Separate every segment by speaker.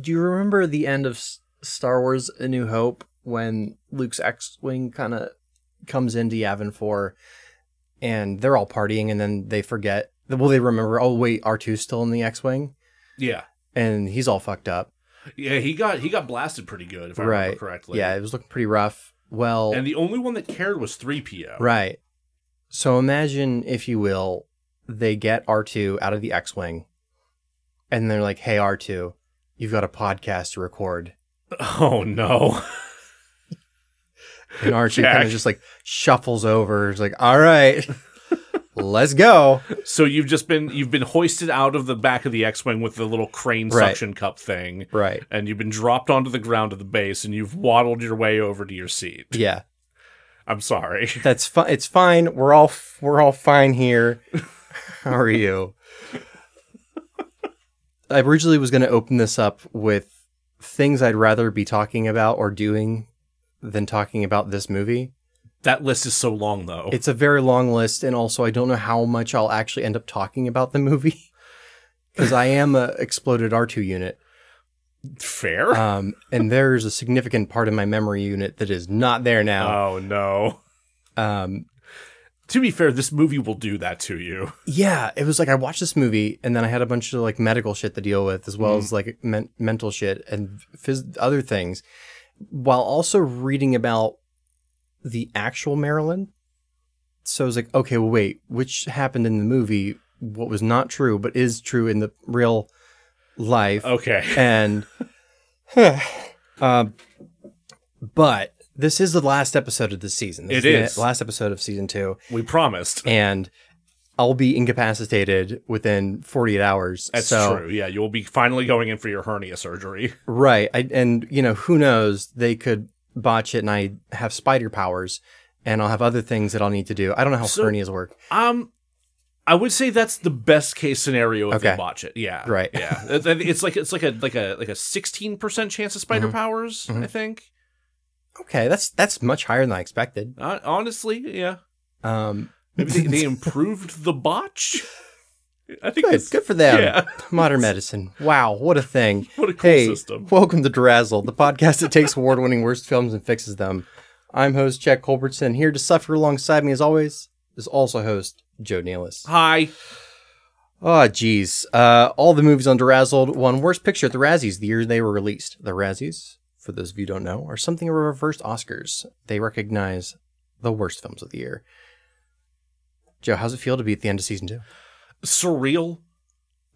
Speaker 1: Do you remember the end of S- Star Wars: A New Hope when Luke's X-wing kind of comes into Yavin Four, and they're all partying, and then they forget. Well, they remember. Oh wait, R 2s still in the X-wing,
Speaker 2: Yeah.
Speaker 1: and he's all fucked up.
Speaker 2: Yeah, he got he got blasted pretty good if I
Speaker 1: right?
Speaker 2: remember correctly.
Speaker 1: Yeah, it was looking pretty rough. Well,
Speaker 2: And the only one that cared was 3PO.
Speaker 1: Right. So imagine, if you will, they get R2 out of the X Wing and they're like, hey, R2, you've got a podcast to record.
Speaker 2: Oh no.
Speaker 1: And R2
Speaker 2: Jack.
Speaker 1: kind of just like shuffles over. It's like, all right, let's go.
Speaker 2: So you've just been you've been hoisted out of the back of the X-wing with the little crane
Speaker 1: Right.
Speaker 2: suction cup thing,
Speaker 1: Right.
Speaker 2: and you've been dropped onto the ground of the base, and you've waddled your way over to your seat.
Speaker 1: Yeah.
Speaker 2: I'm sorry.
Speaker 1: That's fine. It's fine. We're all we're all fine here. How are you? I originally was going to open this up with things I'd rather be talking about or doing than talking about this movie.
Speaker 2: That list is so long though.
Speaker 1: It's a very long list, and also I don't know how much I'll actually end up talking about the movie because I am a exploded R two unit,
Speaker 2: fair.
Speaker 1: um, and there's a significant part of my memory unit that is not there now.
Speaker 2: oh no.
Speaker 1: Um,
Speaker 2: To be fair, this movie will do that to you.
Speaker 1: Yeah, it was like I watched this movie and then I had a bunch of like medical shit to deal with as well as like men- mental shit and phys- other things while also reading about the actual Maryland. So I was like, okay, well, wait, which happened in the movie, what was not true, but is true in the real life
Speaker 2: Okay.
Speaker 1: and um, but this is the last episode of this season. This
Speaker 2: It is.
Speaker 1: the last episode of season two
Speaker 2: We promised.
Speaker 1: and I'll be incapacitated within 48 hours.
Speaker 2: That's
Speaker 1: so,
Speaker 2: true. Yeah, you'll be finally going in for your hernia surgery.
Speaker 1: Right. I, and, you know, who knows? They could botch it and I have spider powers and I'll have other things that I'll need to do. I don't know how
Speaker 2: So-
Speaker 1: hernias work.
Speaker 2: Um, I would say that's the best case scenario if they
Speaker 1: Okay.
Speaker 2: botch it. Yeah,
Speaker 1: Right.
Speaker 2: Yeah, It- it- it's like it's like a like a like a sixteen percent chance of
Speaker 1: Mm-hmm.
Speaker 2: spider powers. I think
Speaker 1: Okay. That's, that's much higher than I expected.
Speaker 2: Hon- Uh, honestly, yeah.
Speaker 1: Um,
Speaker 2: Maybe they, they improved the botch. I think
Speaker 1: good,
Speaker 2: that's
Speaker 1: good for them.
Speaker 2: Yeah.
Speaker 1: Modern medicine. Wow. What a thing.
Speaker 2: What a cool
Speaker 1: hey,
Speaker 2: system.
Speaker 1: Welcome to Drazzle, the podcast that takes award winning worst films and fixes them. I'm host Jack Culbertson. Here to suffer alongside me, as always, is also host Joe Nealis.
Speaker 2: high.
Speaker 1: Oh, geez. Uh, all the movies on Durazzled won Worst Picture at the Razzies the year they were released. The Razzies, for those of you who don't know, are something of a reversed Oscars. They recognize the worst films of the year. Joe, how's it feel to be at the end of season two?
Speaker 2: surreal.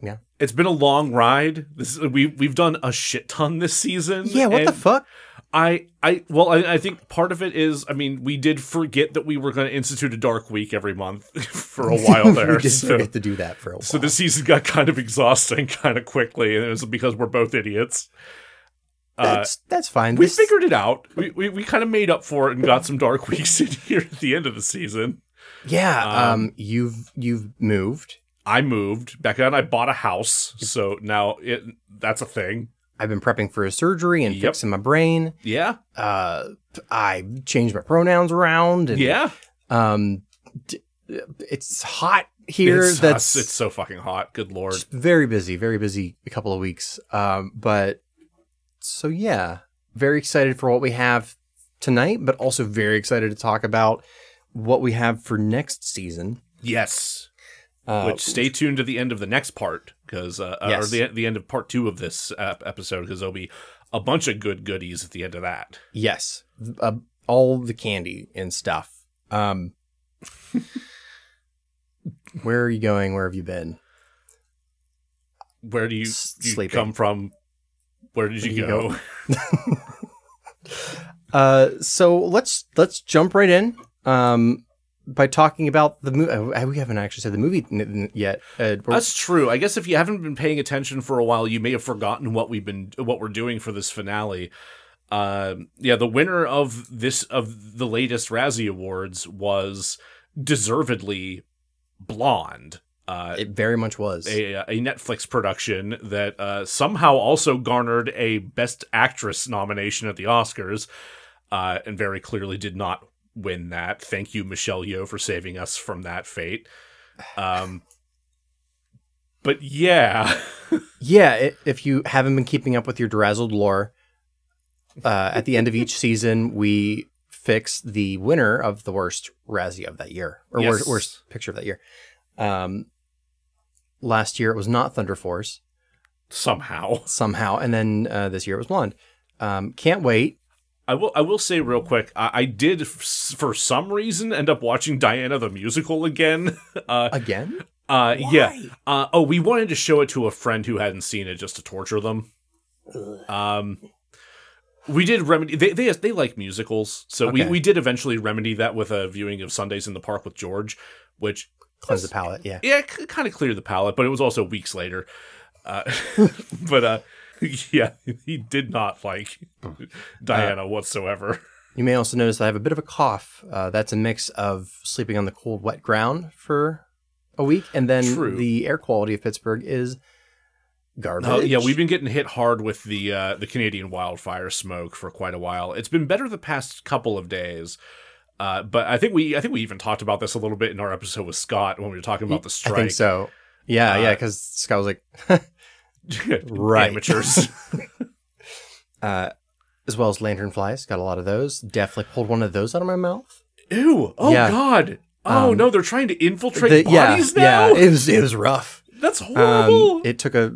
Speaker 1: Yeah.
Speaker 2: It's been a long ride. This is, we we've done a shit ton this season.
Speaker 1: Yeah, what the
Speaker 2: and
Speaker 1: fuck?
Speaker 2: I I well I, I think part of it is I mean we did forget that we were going to institute a dark week every month for a while there.
Speaker 1: we did
Speaker 2: so.
Speaker 1: forget to do that for a while.
Speaker 2: So the season got kind of exhausting kind of quickly, and it was because we're both idiots. Uh,
Speaker 1: that's, that's fine.
Speaker 2: we
Speaker 1: This-
Speaker 2: figured it out. We, we, we kind of made up for it and got some dark weeks in here at the end of the season.
Speaker 1: Yeah, um,
Speaker 2: Um,
Speaker 1: you've you've moved.
Speaker 2: I moved. Becca and I bought a house, so now it that's a thing.
Speaker 1: I've been prepping for a surgery and
Speaker 2: Yep.
Speaker 1: fixing my brain.
Speaker 2: Yeah,
Speaker 1: Uh, I changed my pronouns around. And,
Speaker 2: yeah.
Speaker 1: Um, d- it's hot here.
Speaker 2: It's,
Speaker 1: That's
Speaker 2: it's so fucking hot. Good lord.
Speaker 1: just very busy. Very busy. A couple of weeks. Um, but so yeah, very excited for what we have tonight, but also very excited to talk about what we have for next season.
Speaker 2: Yes.
Speaker 1: Uh,
Speaker 2: Which stay tuned to the end of the next part because uh, uh,
Speaker 1: Yes.
Speaker 2: or the the end of part two of this uh, episode because there'll be a bunch of good goodies at the end of that.
Speaker 1: Yes, th- uh, all the candy and stuff. Um, where are you going? Where have you been?
Speaker 2: Where do you,
Speaker 1: S-
Speaker 2: you
Speaker 1: sleeping.
Speaker 2: come from? Where did you,
Speaker 1: Where do
Speaker 2: go?
Speaker 1: you Uh, so let's let's jump right in. Um, by talking about the movie, we haven't actually said the movie n- n- yet. Uh, we're-
Speaker 2: That's true. I guess if you haven't been paying attention for a while, you may have forgotten what we've been what we're doing for this finale. Um, yeah, the winner of this of the latest Razzie Awards was deservedly Blonde. Uh,
Speaker 1: It very much was.
Speaker 2: a, a Netflix production that uh, somehow also garnered a Best Actress nomination at the Oscars, uh, and very clearly did not win that. Thank you, Michelle Yeoh, for saving us from that fate. Um, but yeah,
Speaker 1: Yeah, i if you haven't been keeping up with your Drazzled lore, uh, at the end of each season, we fix the winner of the worst Razzie of that year or
Speaker 2: Yes.
Speaker 1: worst, worst picture of that year. Um, last year it was not Thunder Force
Speaker 2: somehow
Speaker 1: somehow, and then uh, this year it was Blonde. Um, can't wait.
Speaker 2: I will. I will say real quick. I, I did f- for some reason end up watching Diana the musical again. Uh,
Speaker 1: Again?
Speaker 2: uh, yeah.
Speaker 1: Why?
Speaker 2: Uh, oh, we wanted to show it to a friend who hadn't seen it just to torture them. Um, we did remedy. They they, they like musicals, so we,
Speaker 1: Okay.
Speaker 2: we did eventually remedy that with a viewing of Sundays in the Park with George, which
Speaker 1: Cleanse the palate, yeah.
Speaker 2: yeah c- kind of cleared the palate, but it was also weeks later. Uh, but uh, yeah, he did not like Diana whatsoever.
Speaker 1: You may also notice that I have a bit of a cough. Uh, that's a mix of sleeping on the cold, wet ground for a week, and then
Speaker 2: True.
Speaker 1: the air quality of Pittsburgh is garbage.
Speaker 2: Oh yeah, we've been getting hit hard with the uh, the Canadian wildfire smoke for quite a while. It's been better the past couple of days, uh, but I think we I think we even talked about this a little bit in our episode with Scott when we were talking about the
Speaker 1: I
Speaker 2: strike.
Speaker 1: think so. Yeah,
Speaker 2: Uh,
Speaker 1: yeah, because Scott was like, Right.
Speaker 2: amateurs.
Speaker 1: uh, as well as lantern flies, got a lot of those. Definitely pulled one of those out of my mouth.
Speaker 2: Ew! Oh
Speaker 1: Yeah.
Speaker 2: God! Oh
Speaker 1: Um,
Speaker 2: no, they're trying to infiltrate
Speaker 1: The- yeah,
Speaker 2: bodies now.
Speaker 1: yeah, it was it was rough.
Speaker 2: That's
Speaker 1: Um,
Speaker 2: horrible.
Speaker 1: it took a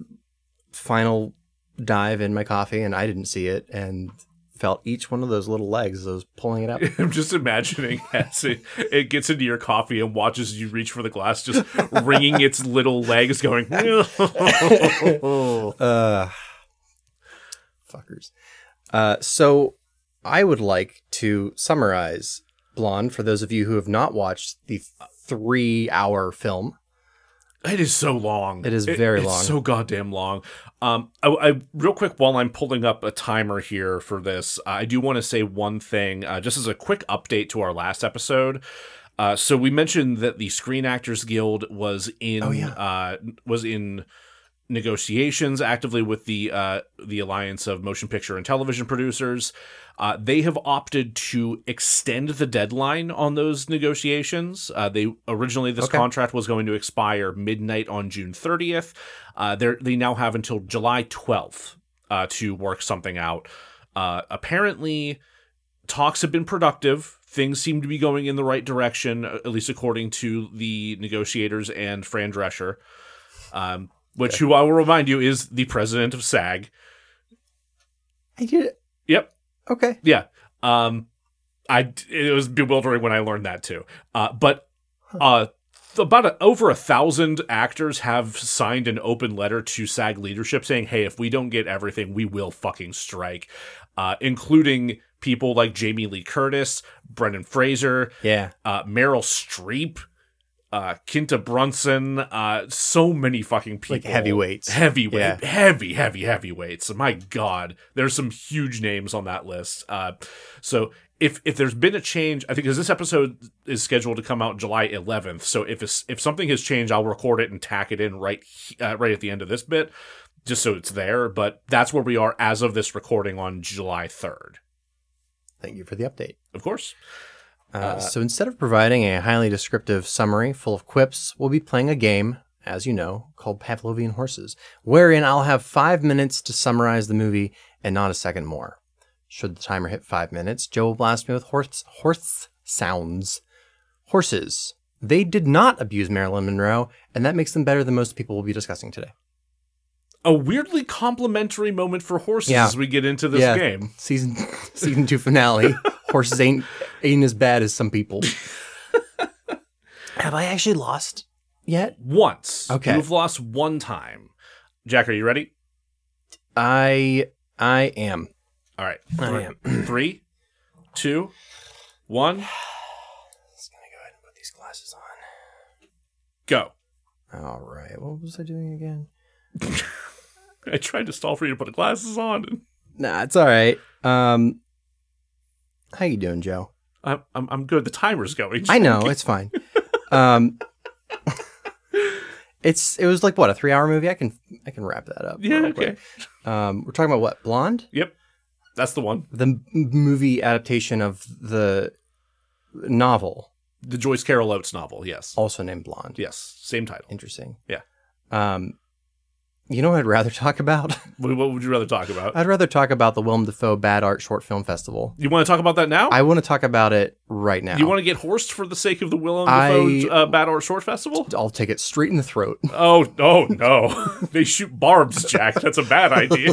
Speaker 1: final dive in my coffee, and I didn't see it, and felt each one of those little legs as I was pulling it out.
Speaker 2: I'm just imagining as it, it gets into your coffee and watches you reach for the glass, just wringing its little legs, going.
Speaker 1: Uh, fuckers. Uh, so I would like to summarize Blonde for those of you who have not watched the three-hour film.
Speaker 2: It is so long.
Speaker 1: It is very
Speaker 2: it's
Speaker 1: long.
Speaker 2: So goddamn long. Um, I, I real quick while I'm pulling up a timer here for this, I do want to say one thing, uh, just as a quick update to our last episode. Uh, so we mentioned that the Screen Actors Guild was in
Speaker 1: Oh, yeah.
Speaker 2: uh, was in negotiations actively with the uh, the Alliance of Motion Picture and Television Producers. Uh, they have opted to extend the deadline on those negotiations. Uh, they originally this
Speaker 1: Okay.
Speaker 2: contract was going to expire midnight on June 30th. Uh, they they now have until July 12th uh, to work something out. Uh, apparently, talks have been productive. Things seem to be going in the right direction, uh, at least according to the negotiators and Fran Drescher, um, which, who I will remind you, is the president of SAG.
Speaker 1: I did.
Speaker 2: Yep.
Speaker 1: Okay.
Speaker 2: Yeah. Um, I it was bewildering when I learned that too. Uh, but uh, th- about a, over a thousand actors have signed an open letter to SAG leadership saying, "Hey, if we don't get everything, we will fucking strike," uh, including people like Jamie Lee Curtis, Brendan Fraser,
Speaker 1: Yeah.
Speaker 2: uh, Meryl Streep, uh, Kinta Brunson, uh, so many fucking people.
Speaker 1: Like heavyweights.
Speaker 2: Heavyweight.
Speaker 1: Yeah.
Speaker 2: Heavy, heavy, heavyweights. My God. There's some huge names on that list. Uh, so if if there's been a change, I think because this episode is scheduled to come out July 11th. So if it's, if something has changed, I'll record it and tack it in right he- uh, right at the end of this bit, just so it's there. But that's where we are as of this recording on July 3rd.
Speaker 1: Thank you for the update.
Speaker 2: Of course.
Speaker 1: Uh, so instead of providing a highly descriptive summary full of quips, we'll be playing a game, as you know, called Pavlovian Horses, wherein I'll have five minutes to summarize the movie and not a second more. Should the timer hit five minutes, Joe will blast me with horse horse sounds. Horses. They did not abuse Marilyn Monroe, and that makes them better than most people we'll be discussing today.
Speaker 2: a weirdly complimentary moment for horses
Speaker 1: Yeah.
Speaker 2: as we get into this
Speaker 1: Yeah.
Speaker 2: game.
Speaker 1: Season season two finale. Horses ain't ain't as bad as some people. have I actually lost yet?
Speaker 2: Once.
Speaker 1: Okay.
Speaker 2: You've lost one time. Jack, are you ready?
Speaker 1: I I am.
Speaker 2: All right.
Speaker 1: I
Speaker 2: Three- three, two, one,
Speaker 1: Just gonna go ahead and put these glasses on.
Speaker 2: go.
Speaker 1: All right. What was I doing again?
Speaker 2: I tried to stall for you to put the glasses on.
Speaker 1: Nah, it's all right. Um, how you doing, Joe?
Speaker 2: I'm, I'm, I'm good. The timer's going.
Speaker 1: I know it's fine. Um, it's it was like what a three hour movie. I can I can wrap that up.
Speaker 2: Yeah,
Speaker 1: real quick.
Speaker 2: okay.
Speaker 1: Um, we're talking about what Blonde,
Speaker 2: Yep. That's the one.
Speaker 1: the m- movie adaptation of the novel,
Speaker 2: The Joyce Carol Oates novel. Yes.
Speaker 1: also named Blonde.
Speaker 2: Yes. Same title.
Speaker 1: Interesting.
Speaker 2: Yeah.
Speaker 1: Um, you know what I'd rather talk about?
Speaker 2: What what would you rather talk about?
Speaker 1: I'd rather talk about the Willem Dafoe Bad Art Short Film Festival.
Speaker 2: You want to talk about that now?
Speaker 1: I want to talk about it right now.
Speaker 2: Oh. you want to get horsed for the sake of the Willem
Speaker 1: I-
Speaker 2: Dafoe uh, Bad Art Short Festival?
Speaker 1: I'll take it straight in the throat.
Speaker 2: Oh, oh no. they shoot barbs, Jack. That's a bad idea.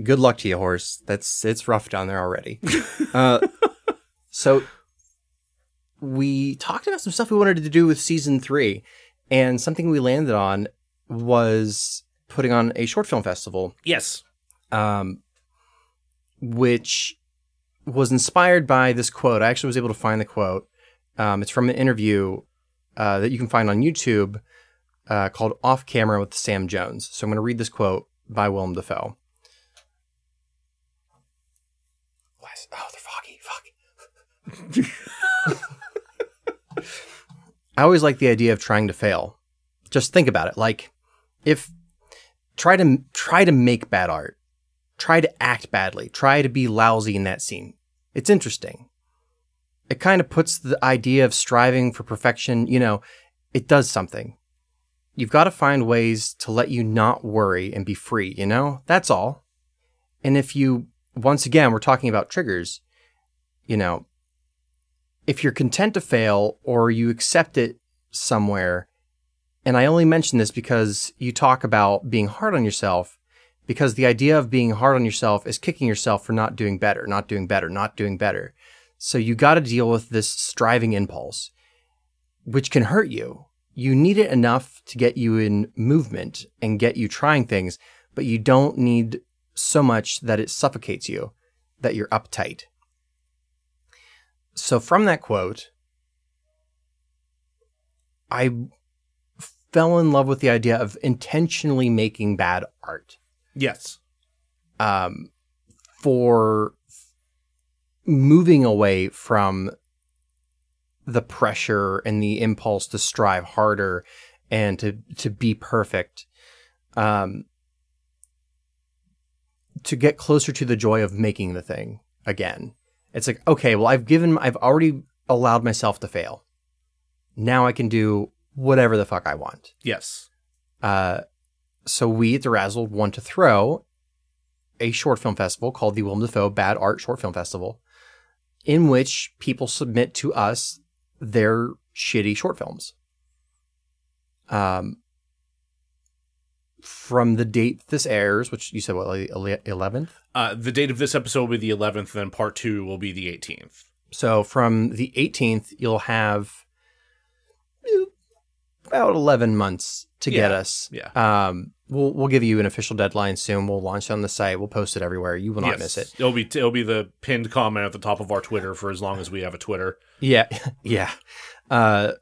Speaker 1: Good luck to you, horse. That's it's rough down there already. uh, so we talked about some stuff we wanted to do with season three, and something we landed on was putting on a short film festival
Speaker 2: yes.
Speaker 1: um, which was inspired by this quote. I actually was able to find the quote. Um, it's from an interview uh, that you can find on YouTube uh, called Off Camera with Sam Jones. So I'm going to read this quote by Willem Dafoe. Why is- Oh, they're foggy. Fuck. I always like the idea of trying to fail. Just think about it. Like, if try to try to make bad art try to act badly try to be lousy in that scene it's interesting it kind of puts the idea of striving for perfection you know it does something you've got to find ways to let you not worry and be free you know that's all and if you once again we're talking about triggers you know if you're content to fail or you accept it somewhere and I only mention this because you talk about being hard on yourself, because the idea of being hard on yourself is kicking yourself for not doing better, not doing better, not doing better. So you got to deal with this striving impulse, which can hurt you. You need it enough to get you in movement and get you trying things, but you don't need so much that it suffocates you, that you're uptight. So from that quote, I fell in love with the idea of intentionally making bad art
Speaker 2: Yes.
Speaker 1: um, for moving away from the pressure and the impulse to strive harder and to to be perfect um, to get closer to the joy of making the thing again it's like okay well i've given i've already allowed myself to fail now i can do whatever the fuck i want
Speaker 2: Yes.
Speaker 1: uh, so we at the Razzle want to throw a short film festival called the Willem Dafoe Bad Art Short Film Festival, in which people submit to us their shitty short films. Um, from the date this airs, which you said what eleventh,
Speaker 2: Uh, the date of this episode will be the 11th, and then part two will be the 18th.
Speaker 1: So from the 18th, you'll have uh, about 11 months to get
Speaker 2: Yeah,
Speaker 1: us.
Speaker 2: yeah.
Speaker 1: Um, we'll we'll give you an official deadline soon. We'll launch it on the site. We'll post it everywhere. You will not
Speaker 2: Yes.
Speaker 1: miss it.
Speaker 2: It'll be it'll be the pinned comment at the top of our Twitter for as long as we have a Twitter.
Speaker 1: Yeah, yeah. Uh,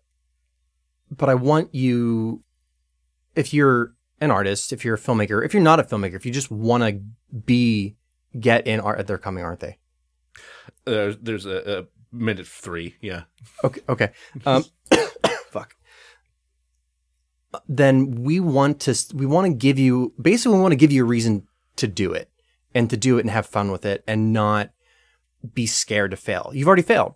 Speaker 1: but I want you, if you're an artist, if you're a filmmaker, if you're not a filmmaker, if you just want to be get in art, they're coming, aren't they?
Speaker 2: Uh, there's a, a minute three. Yeah.
Speaker 1: Okay. Okay. Um, fuck. Then we want to we want to give you basically we want to give you a reason to do it and to do it and have fun with it and not be scared to fail. You've already failed.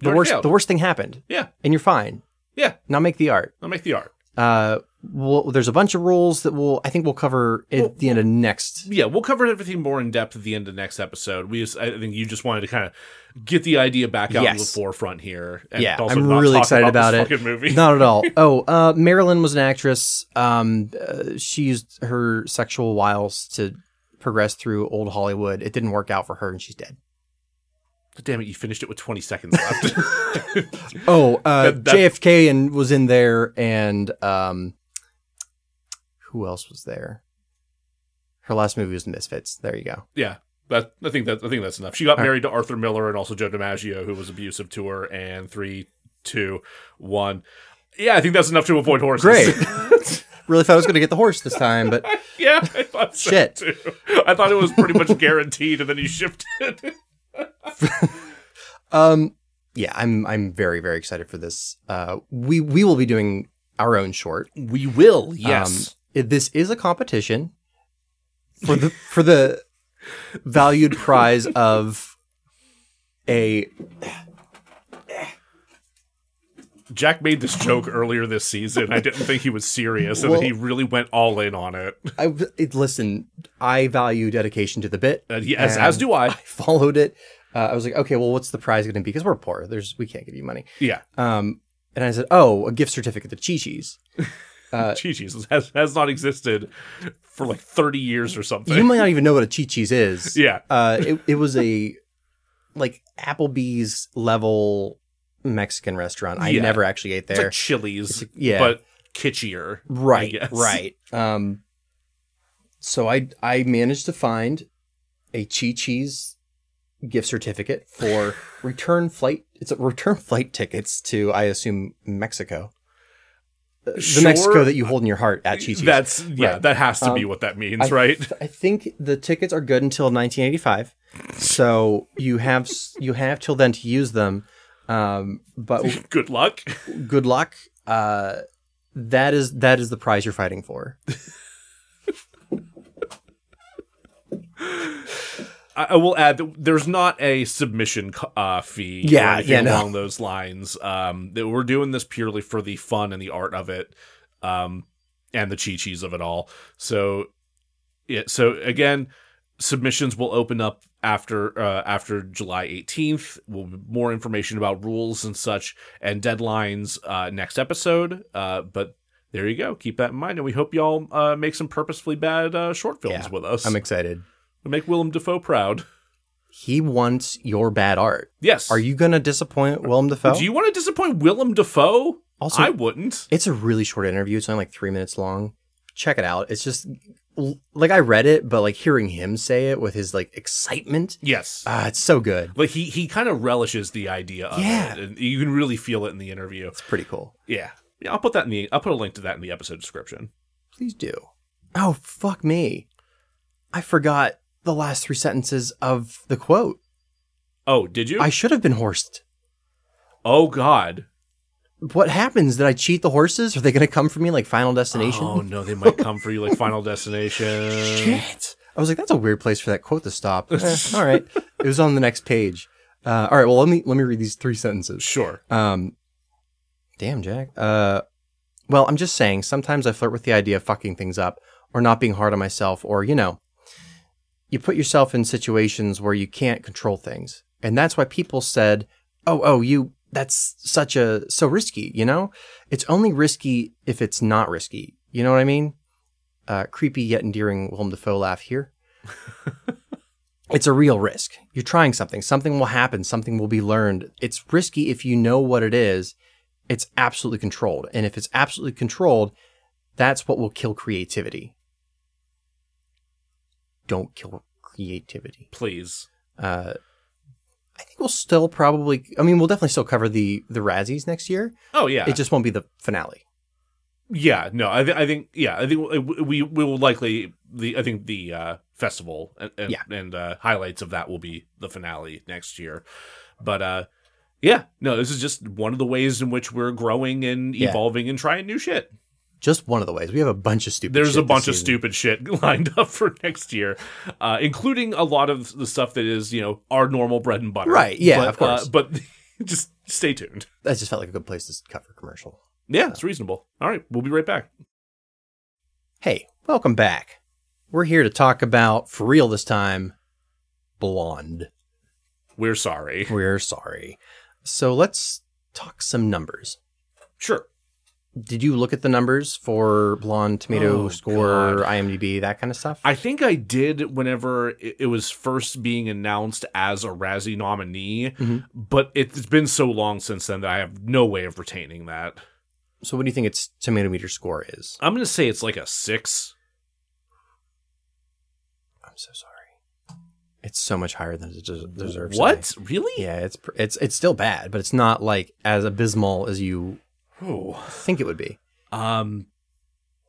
Speaker 1: The
Speaker 2: You already
Speaker 1: worst
Speaker 2: failed.
Speaker 1: the worst thing happened
Speaker 2: Yeah.
Speaker 1: and you're fine.
Speaker 2: Yeah.
Speaker 1: Now make the art.
Speaker 2: I'll make the art.
Speaker 1: Uh, well, there's a bunch of rules that we'll I think we'll cover at
Speaker 2: Well-
Speaker 1: the end of next.
Speaker 2: Yeah, we'll cover everything more in depth at the end of next episode. We just, I think you just wanted to kind of get the idea back out to the
Speaker 1: Yes.
Speaker 2: forefront here.
Speaker 1: Yeah,
Speaker 2: also
Speaker 1: I'm
Speaker 2: not
Speaker 1: really
Speaker 2: talk
Speaker 1: excited
Speaker 2: this
Speaker 1: about it.
Speaker 2: Fucking movie.
Speaker 1: Not at all. Oh, uh, Marilyn was an actress. Um, uh, she used her sexual wiles to progress through old Hollywood. It didn't work out for her, and she's dead.
Speaker 2: Damn it, you finished it with 20 seconds left.
Speaker 1: Oh, uh,
Speaker 2: That- that-
Speaker 1: JFK and was in there, and um, who else was there? Her last movie was Misfits. There you go.
Speaker 2: yeah. That, I think that I think that's enough. She got
Speaker 1: All right.
Speaker 2: married to Arthur Miller and also Joe DiMaggio, who was abusive to her. And three, two, one. Yeah, I think that's enough to avoid horses.
Speaker 1: Great. Really thought I was going to get the horse this time, but
Speaker 2: yeah, I thought so
Speaker 1: Shit.
Speaker 2: too. I thought it was pretty much guaranteed, and then you shifted.
Speaker 1: um, yeah, I'm I'm very very excited for this. Uh, we we will be doing our own short.
Speaker 2: we will,
Speaker 1: Um, it- this is a competition for the for the valued prize of a
Speaker 2: Jack made this joke earlier this season. I didn't think he was serious, and
Speaker 1: Well-
Speaker 2: then he really went all in on it.
Speaker 1: I it, listen. I value dedication to the bit.
Speaker 2: Uh, yeah, as, as
Speaker 1: and
Speaker 2: do I.
Speaker 1: I followed it. Uh, I was like, okay, well, what's the prize going to be? Because we're poor. There's we can't give you money.
Speaker 2: Yeah,
Speaker 1: Um, and I said, oh, a gift certificate to Chi Chi's. Uh,
Speaker 2: Chi Chi's has, has not existed for like 30 years or something.
Speaker 1: You might not even know what a Chi Chi's is.
Speaker 2: yeah,
Speaker 1: Uh, it, it was a like Applebee's level Mexican restaurant. I
Speaker 2: Yeah.
Speaker 1: never actually ate
Speaker 2: it's
Speaker 1: there.
Speaker 2: like Chili's,
Speaker 1: yeah.
Speaker 2: but kitschier.
Speaker 1: right.
Speaker 2: guess.
Speaker 1: Right. Um, so I I managed to find a Chi Chi's gift certificate for return flight. It's a return flight tickets to I assume Mexico. Uh, The
Speaker 2: Sure.
Speaker 1: Mexico that you hold in your heart at Chi Chi's.
Speaker 2: That's yeah,
Speaker 1: Right.
Speaker 2: that has to be
Speaker 1: Um,
Speaker 2: what that means,
Speaker 1: I-
Speaker 2: right?
Speaker 1: I think the tickets are good until 1985, so you have s- you have till then to use them. Um, but
Speaker 2: Good luck.
Speaker 1: good luck. Uh, that is that is the prize you're fighting for.
Speaker 2: I, I will add that there's not a submission co- uh, fee
Speaker 1: Yeah,
Speaker 2: or anything
Speaker 1: yeah, no.
Speaker 2: along those lines. Um, that we're doing this purely for the fun and the art of it, um, and the chi chis of it all. So, yeah. So again, submissions will open up after uh, after July 18th. We'll more information about rules and such and deadlines uh, next episode. Uh, but. There you go. Keep that in mind, and we hope y'all uh, make some purposefully bad uh, short films
Speaker 1: Yeah,
Speaker 2: with us.
Speaker 1: I'm excited.
Speaker 2: Make Willem Dafoe proud.
Speaker 1: He wants your bad art.
Speaker 2: Yes.
Speaker 1: Are you gonna disappoint Willem Dafoe?
Speaker 2: Do you want to disappoint Willem Dafoe?
Speaker 1: also,
Speaker 2: I wouldn't.
Speaker 1: it's a really short interview. It's only like three minutes long. Check it out. It's just l- like I read it, but like hearing him say it with his like excitement,
Speaker 2: Yes.
Speaker 1: ah, it's so good.
Speaker 2: but he he kind of relishes the idea of
Speaker 1: Yeah.
Speaker 2: it. And you can really feel it in the interview.
Speaker 1: It's pretty cool.
Speaker 2: Yeah. Yeah, I'll put that in the I'll put a link to that in the episode description.
Speaker 1: Please do. Oh, fuck me. I forgot the last three sentences of the quote.
Speaker 2: Oh, did you?
Speaker 1: I should have been horsed.
Speaker 2: oh god.
Speaker 1: What happens? Did I cheat the horses? Are they going to come for me like Final Destination?
Speaker 2: Oh no, they might come for you like Final Destination.
Speaker 1: Shit. I was like, that's a weird place for that quote to stop. Eh, all right. It was on the next page. Uh, all right. Well, let me let me read these three sentences.
Speaker 2: Sure.
Speaker 1: Um, damn, Jack. Uh, well, I'm just saying. Sometimes I flirt with the idea of fucking things up, or not being hard on myself, or you know, you put yourself in situations where you can't control things, and that's why people said, "Oh, oh, you." That's such a so risky. You know, it's only risky if it's not risky. You know what I mean? Uh, creepy yet endearing Willem Dafoe laugh here. it's a real risk. You're trying something. Something will happen. Something will be learned. It's risky if you know what it is. It's absolutely controlled. And if it's absolutely controlled, that's what will kill creativity. Don't kill creativity.
Speaker 2: Please.
Speaker 1: Uh, I think we'll still probably. I mean, we'll definitely still cover the the Razzies next year.
Speaker 2: Oh yeah.
Speaker 1: It just won't be the finale.
Speaker 2: yeah, no. I, th- I think yeah, I think we- we we will likely the I think the uh festival and and,
Speaker 1: Yeah.
Speaker 2: and uh highlights of that will be the finale next year. But uh yeah, no, this is just one of the ways in which we're growing and
Speaker 1: Yeah.
Speaker 2: evolving and trying new shit.
Speaker 1: Just one of the ways. We have a bunch of stupid.
Speaker 2: There's
Speaker 1: shit
Speaker 2: a
Speaker 1: this
Speaker 2: bunch of
Speaker 1: season.
Speaker 2: stupid shit lined up for next year, uh, including a lot of the stuff that is, you know, our normal bread and butter.
Speaker 1: Right, yeah,
Speaker 2: But,
Speaker 1: of course.
Speaker 2: Uh, but just stay tuned.
Speaker 1: That just felt like a good place to cover commercial.
Speaker 2: Yeah, it's reasonable. All right, we'll be right back.
Speaker 1: Hey, welcome back. We're here to talk about, for real this time, Blonde.
Speaker 2: We're sorry.
Speaker 1: We're sorry. So let's talk some numbers.
Speaker 2: Sure.
Speaker 1: Did you look at the numbers for Blonde Tomato
Speaker 2: Oh,
Speaker 1: score,
Speaker 2: God.
Speaker 1: IMDb, that kind of stuff?
Speaker 2: I think I did whenever it it was first being announced as a Razzie nominee,
Speaker 1: Mhm.
Speaker 2: but it's been so long since then that I have no way of retaining that.
Speaker 1: so what do you think its tomato meter score is?
Speaker 2: I'm going to say it's like a six.
Speaker 1: I'm so sorry. It's so much higher than it des- deserves. to
Speaker 2: what? Really?
Speaker 1: be. Yeah, it's pr- it's it's still bad, but it's not like as abysmal as you
Speaker 2: Oh.
Speaker 1: think it would be.
Speaker 2: Um,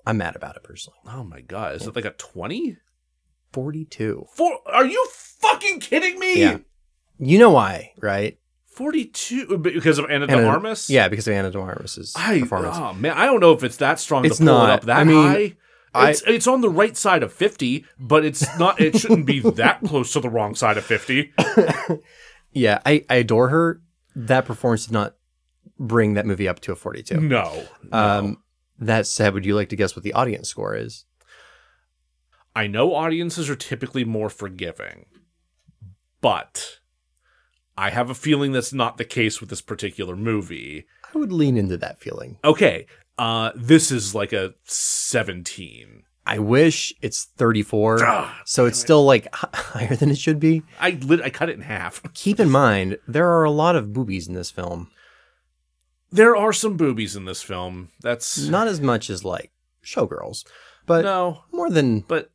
Speaker 1: I'm mad about it personally.
Speaker 2: Oh my god, is it like a twenty?
Speaker 1: 42.
Speaker 2: Four? Are you fucking kidding me?
Speaker 1: Yeah. You know why, right?
Speaker 2: Forty-two because of Anna de
Speaker 1: Anna-
Speaker 2: Armas.
Speaker 1: Yeah, because of Anna Dormis's
Speaker 2: I,
Speaker 1: performance.
Speaker 2: oh man, I don't know if it's that strong
Speaker 1: It's
Speaker 2: to pull
Speaker 1: not.
Speaker 2: it up that
Speaker 1: I mean,
Speaker 2: high.
Speaker 1: I-
Speaker 2: It's, it's on the right side of 50, but it's not. It shouldn't be that close to the wrong side of 50.
Speaker 1: yeah, I, I adore her. That performance did not bring that movie up to a 42.
Speaker 2: Mm, No,
Speaker 1: Um, that said, would you like to guess what the audience score is?
Speaker 2: I know audiences are typically more forgiving, but I have a feeling that's not the case with this particular movie.
Speaker 1: I would lean into that feeling.
Speaker 2: Okay, uh, this is like a 17.
Speaker 1: I wish it's 34.
Speaker 2: Ah,
Speaker 1: so it's still like h- higher than it should be.
Speaker 2: I lit- I cut it in half.
Speaker 1: Keep in mind, there are a lot of boobies in this film.
Speaker 2: There are some boobies in this film. That's
Speaker 1: Not as much as like showgirls, but
Speaker 2: no,
Speaker 1: more than
Speaker 2: but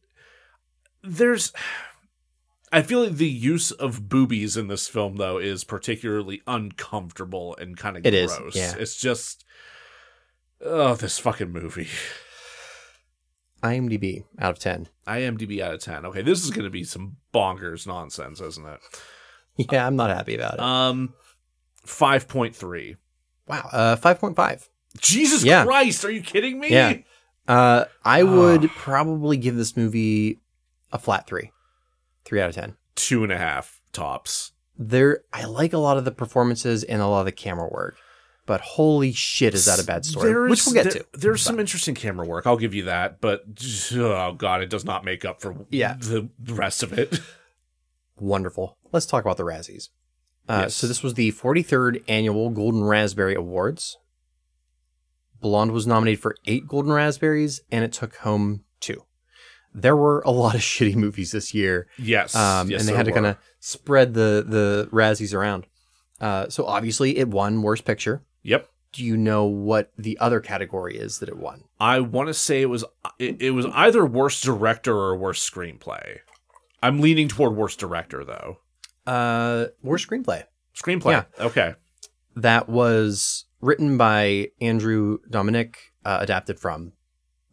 Speaker 2: there's I feel like the use of boobies in this film though is particularly uncomfortable and kind of
Speaker 1: It is,
Speaker 2: gross.
Speaker 1: yeah.
Speaker 2: It's just oh this fucking movie.
Speaker 1: IMDb out of 10.
Speaker 2: IMDb out of 10. Okay, this is going to be some bonkers nonsense, isn't it?
Speaker 1: Yeah, I'm not happy about it.
Speaker 2: Um 5.3.
Speaker 1: wow. Uh, 5.5.
Speaker 2: Jesus
Speaker 1: Yeah.
Speaker 2: Christ, are you kidding me?
Speaker 1: Yeah. Uh, I
Speaker 2: Ah.
Speaker 1: would probably give this movie a flat three, three out of 10.
Speaker 2: Two and a half tops.
Speaker 1: There, I like a lot of the performances and a lot of the camera work, but holy shit, is that a bad story?
Speaker 2: There's-
Speaker 1: Which we'll get
Speaker 2: there-
Speaker 1: to.
Speaker 2: There's some interesting camera work. I'll give you that, but oh god, it does not make up for
Speaker 1: Yeah.
Speaker 2: the rest of it.
Speaker 1: Wonderful. Let's talk about the Razzies. Uh,
Speaker 2: Yes.
Speaker 1: So this was the 43rd annual Golden Raspberry Awards. Blonde was nominated for eight Golden Raspberries, and it took home two. There were a lot of shitty movies this year,
Speaker 2: Yes,
Speaker 1: um,
Speaker 2: yes,
Speaker 1: and they
Speaker 2: there
Speaker 1: had to
Speaker 2: were.
Speaker 1: kind of spread the the Razzies around. Uh, so obviously, it won Worst Picture.
Speaker 2: Yep,
Speaker 1: Do you know what the other category is that it won?
Speaker 2: I want to say it was it, it was either worst director or worst screenplay. I'm leaning toward worst director though.
Speaker 1: Uh, worst Screenplay.
Speaker 2: Screenplay. Okay.
Speaker 1: that was written by Andrew Dominic, uh, adapted from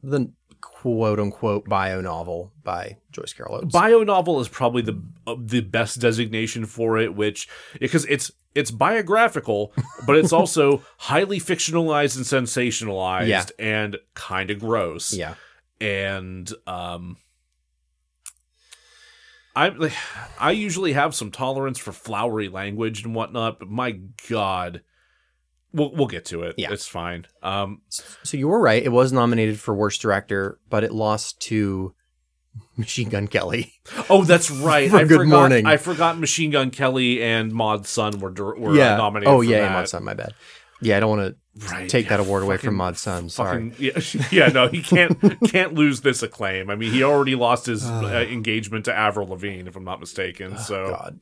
Speaker 1: the quote unquote bio novel by Joyce Carol Oates.
Speaker 2: Bio novel is probably the uh, the best designation for it, which because it's it's biographical, but it's also highly fictionalized and sensationalized
Speaker 1: Yeah.
Speaker 2: and kind of gross.
Speaker 1: yeah.
Speaker 2: and um I like, I usually have some tolerance for flowery language and whatnot, but my god, we'll we'll get to it.
Speaker 1: Yeah.
Speaker 2: It's fine. Um,
Speaker 1: So you were right. It was nominated for Worst Director, but it lost to Machine Gun Kelly.
Speaker 2: oh, that's right.
Speaker 1: For
Speaker 2: I
Speaker 1: Good
Speaker 2: forgot,
Speaker 1: Morning.
Speaker 2: I forgot. Machine Gun Kelly and Maud Sun were dir- were uh,
Speaker 1: yeah.
Speaker 2: nominated.
Speaker 1: oh,
Speaker 2: for
Speaker 1: yeah.
Speaker 2: that.
Speaker 1: Mod Sun, my bad. Yeah, I don't want
Speaker 2: Right.
Speaker 1: to take that
Speaker 2: yeah,
Speaker 1: award away from
Speaker 2: fucking-
Speaker 1: Mod Sun. Sorry.
Speaker 2: Fucking, yeah, yeah, no, he can't can't lose this acclaim. I mean, he already lost his uh, engagement to Avril Lavigne, if I'm not mistaken. so
Speaker 1: Oh, God.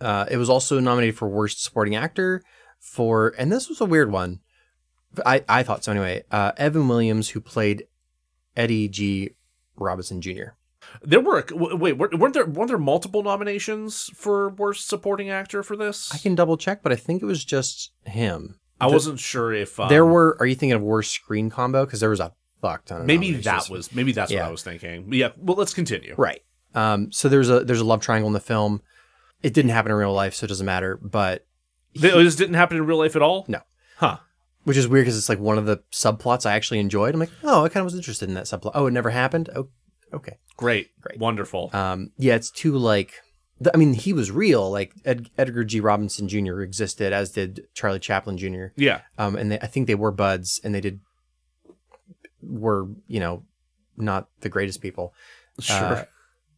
Speaker 1: Uh, it was also nominated for Worst Supporting Actor for, and this was a weird one. I, I thought so anyway. Uh, Evan Williams, who played Eddie G. Robinson Jr.
Speaker 2: There were w- wait weren't weren't there weren't there multiple nominations for worst supporting actor for this?
Speaker 1: I can double check, but I think it was just him.
Speaker 2: I wasn't sure if um,
Speaker 1: there were. Are you thinking of worst screen combo? Because there was a fuck ton. Of
Speaker 2: maybe
Speaker 1: nominations.
Speaker 2: that was maybe that's
Speaker 1: Yeah.
Speaker 2: what I was thinking. Yeah, well let's continue.
Speaker 1: right. Um, so there's a there's a love triangle in the film. It didn't happen in real life, so it doesn't matter. But
Speaker 2: Th- This didn't happen in real life at all.
Speaker 1: No.
Speaker 2: huh?
Speaker 1: which is weird because it's like one of the subplots I actually enjoyed. I'm like, oh, I kind of was interested in that subplot. Oh, it never happened. Oh, okay.
Speaker 2: Great,
Speaker 1: Great.
Speaker 2: wonderful.
Speaker 1: Um, yeah, it's too like. th- I mean, he was real. Like Ed- Edgar G. Robinson Jr. existed, as did Charlie Chaplin Jr.
Speaker 2: yeah,
Speaker 1: Um, and they, I think they were buds, and they did were you know not the greatest people.
Speaker 2: sure.
Speaker 1: Uh,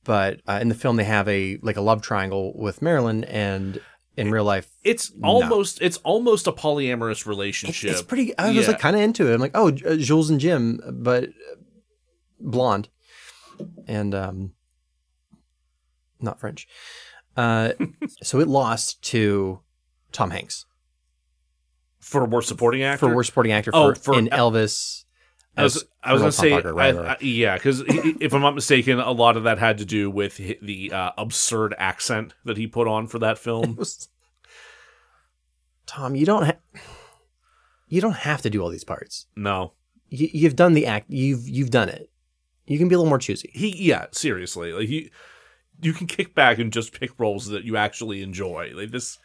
Speaker 1: but uh, in the film, they have a like a love triangle with Marilyn, and in real life,
Speaker 2: it's almost it's almost a polyamorous
Speaker 1: it's,
Speaker 2: relationship.
Speaker 1: it's pretty. I was
Speaker 2: Yeah.
Speaker 1: like kind of into it. I'm like, oh, J- uh, Jules and Jim, but uh, blonde and um, not French. Uh, so it lost to Tom Hanks
Speaker 2: for worst supporting actor.
Speaker 1: for worst supporting actor
Speaker 2: Oh,
Speaker 1: for,
Speaker 2: for
Speaker 1: in
Speaker 2: El-
Speaker 1: Elvis.
Speaker 2: I was,
Speaker 1: as
Speaker 2: I was
Speaker 1: Colonel
Speaker 2: gonna say,
Speaker 1: Tom Parker, right,
Speaker 2: I-
Speaker 1: right.
Speaker 2: I- yeah, because if I'm not mistaken, a lot of that had to do with hi- the uh, absurd accent that he put on for that film.
Speaker 1: It was- Tom, you don't ha- you don't have to do all these parts.
Speaker 2: No,
Speaker 1: you, you've done the act. You've you've done it. You can be a little more choosy.
Speaker 2: He yeah, seriously. Like he you can kick back and just pick roles that you actually enjoy. Like this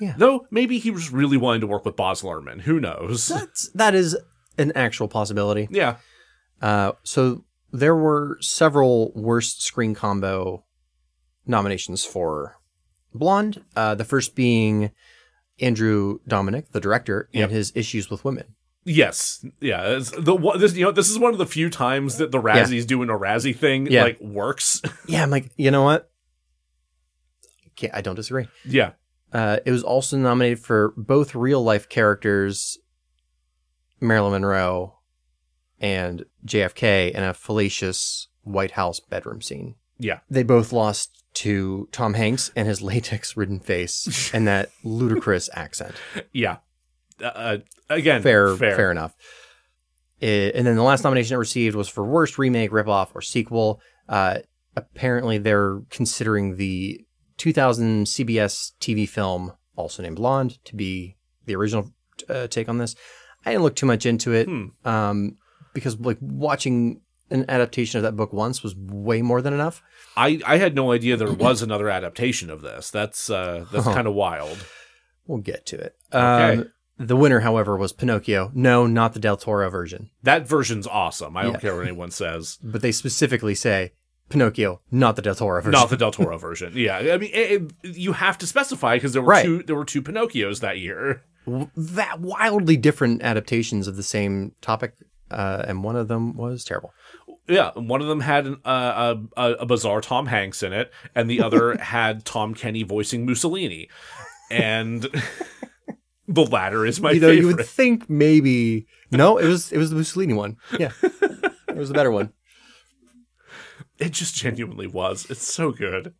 Speaker 1: Yeah.
Speaker 2: Though maybe he was really wanting to work with Boz Lerman. Who knows?
Speaker 1: That's that is an actual possibility.
Speaker 2: yeah.
Speaker 1: Uh, so there were several worst screen combo nominations for Blonde. Uh, the first being Andrew Dominic, the director, and
Speaker 2: Yep.
Speaker 1: his issues with women.
Speaker 2: Yes. Yeah. It's the one- this you know this is one of the few times that the Razzies doing a Razzie thing
Speaker 1: Yeah.
Speaker 2: like works.
Speaker 1: Yeah, I'm like, you know what? Okay, I don't disagree.
Speaker 2: yeah.
Speaker 1: Uh, it was also nominated for both real life characters, Marilyn Monroe and JFK, in a fallacious White House bedroom scene.
Speaker 2: Yeah.
Speaker 1: They both lost to Tom Hanks and his latex ridden face and that ludicrous accent.
Speaker 2: Yeah. Uh, Uh, again,
Speaker 1: Fair, fair,
Speaker 2: fair.
Speaker 1: enough. It- and then the last nomination it received was for worst remake, ripoff, or sequel. Uh, apparently, they're considering the 2000 CBS TV film, also named Blonde, to be the original uh, take on this. I didn't look too much into it
Speaker 2: Hmm.
Speaker 1: um, because, like, watching an adaptation of that book once was way more than enough.
Speaker 2: I I had no idea there was another adaptation of this. That's uh that's
Speaker 1: Huh.
Speaker 2: kind of wild.
Speaker 1: We'll get to it.
Speaker 2: Okay.
Speaker 1: Um, the winner, however, was Pinocchio. No, not the Del Toro version.
Speaker 2: That version's awesome. I don't
Speaker 1: Yeah.
Speaker 2: care what anyone says.
Speaker 1: but they specifically say Pinocchio, not the Del Toro version.
Speaker 2: Not the Del Toro version. Yeah, I mean, it, it- you have to specify because there were
Speaker 1: Right.
Speaker 2: two. There were two Pinocchios that year.
Speaker 1: W- that wildly different adaptations of the same topic, uh, and one of them was terrible.
Speaker 2: Yeah, and one of them had an, uh, a a bizarre Tom Hanks in it, and the other had Tom Kenny voicing Mussolini, and the latter is my
Speaker 1: you know,
Speaker 2: favorite.
Speaker 1: you would think maybe no, it was it was the Mussolini one. Yeah, it was the better one.
Speaker 2: It just genuinely was. It's so good.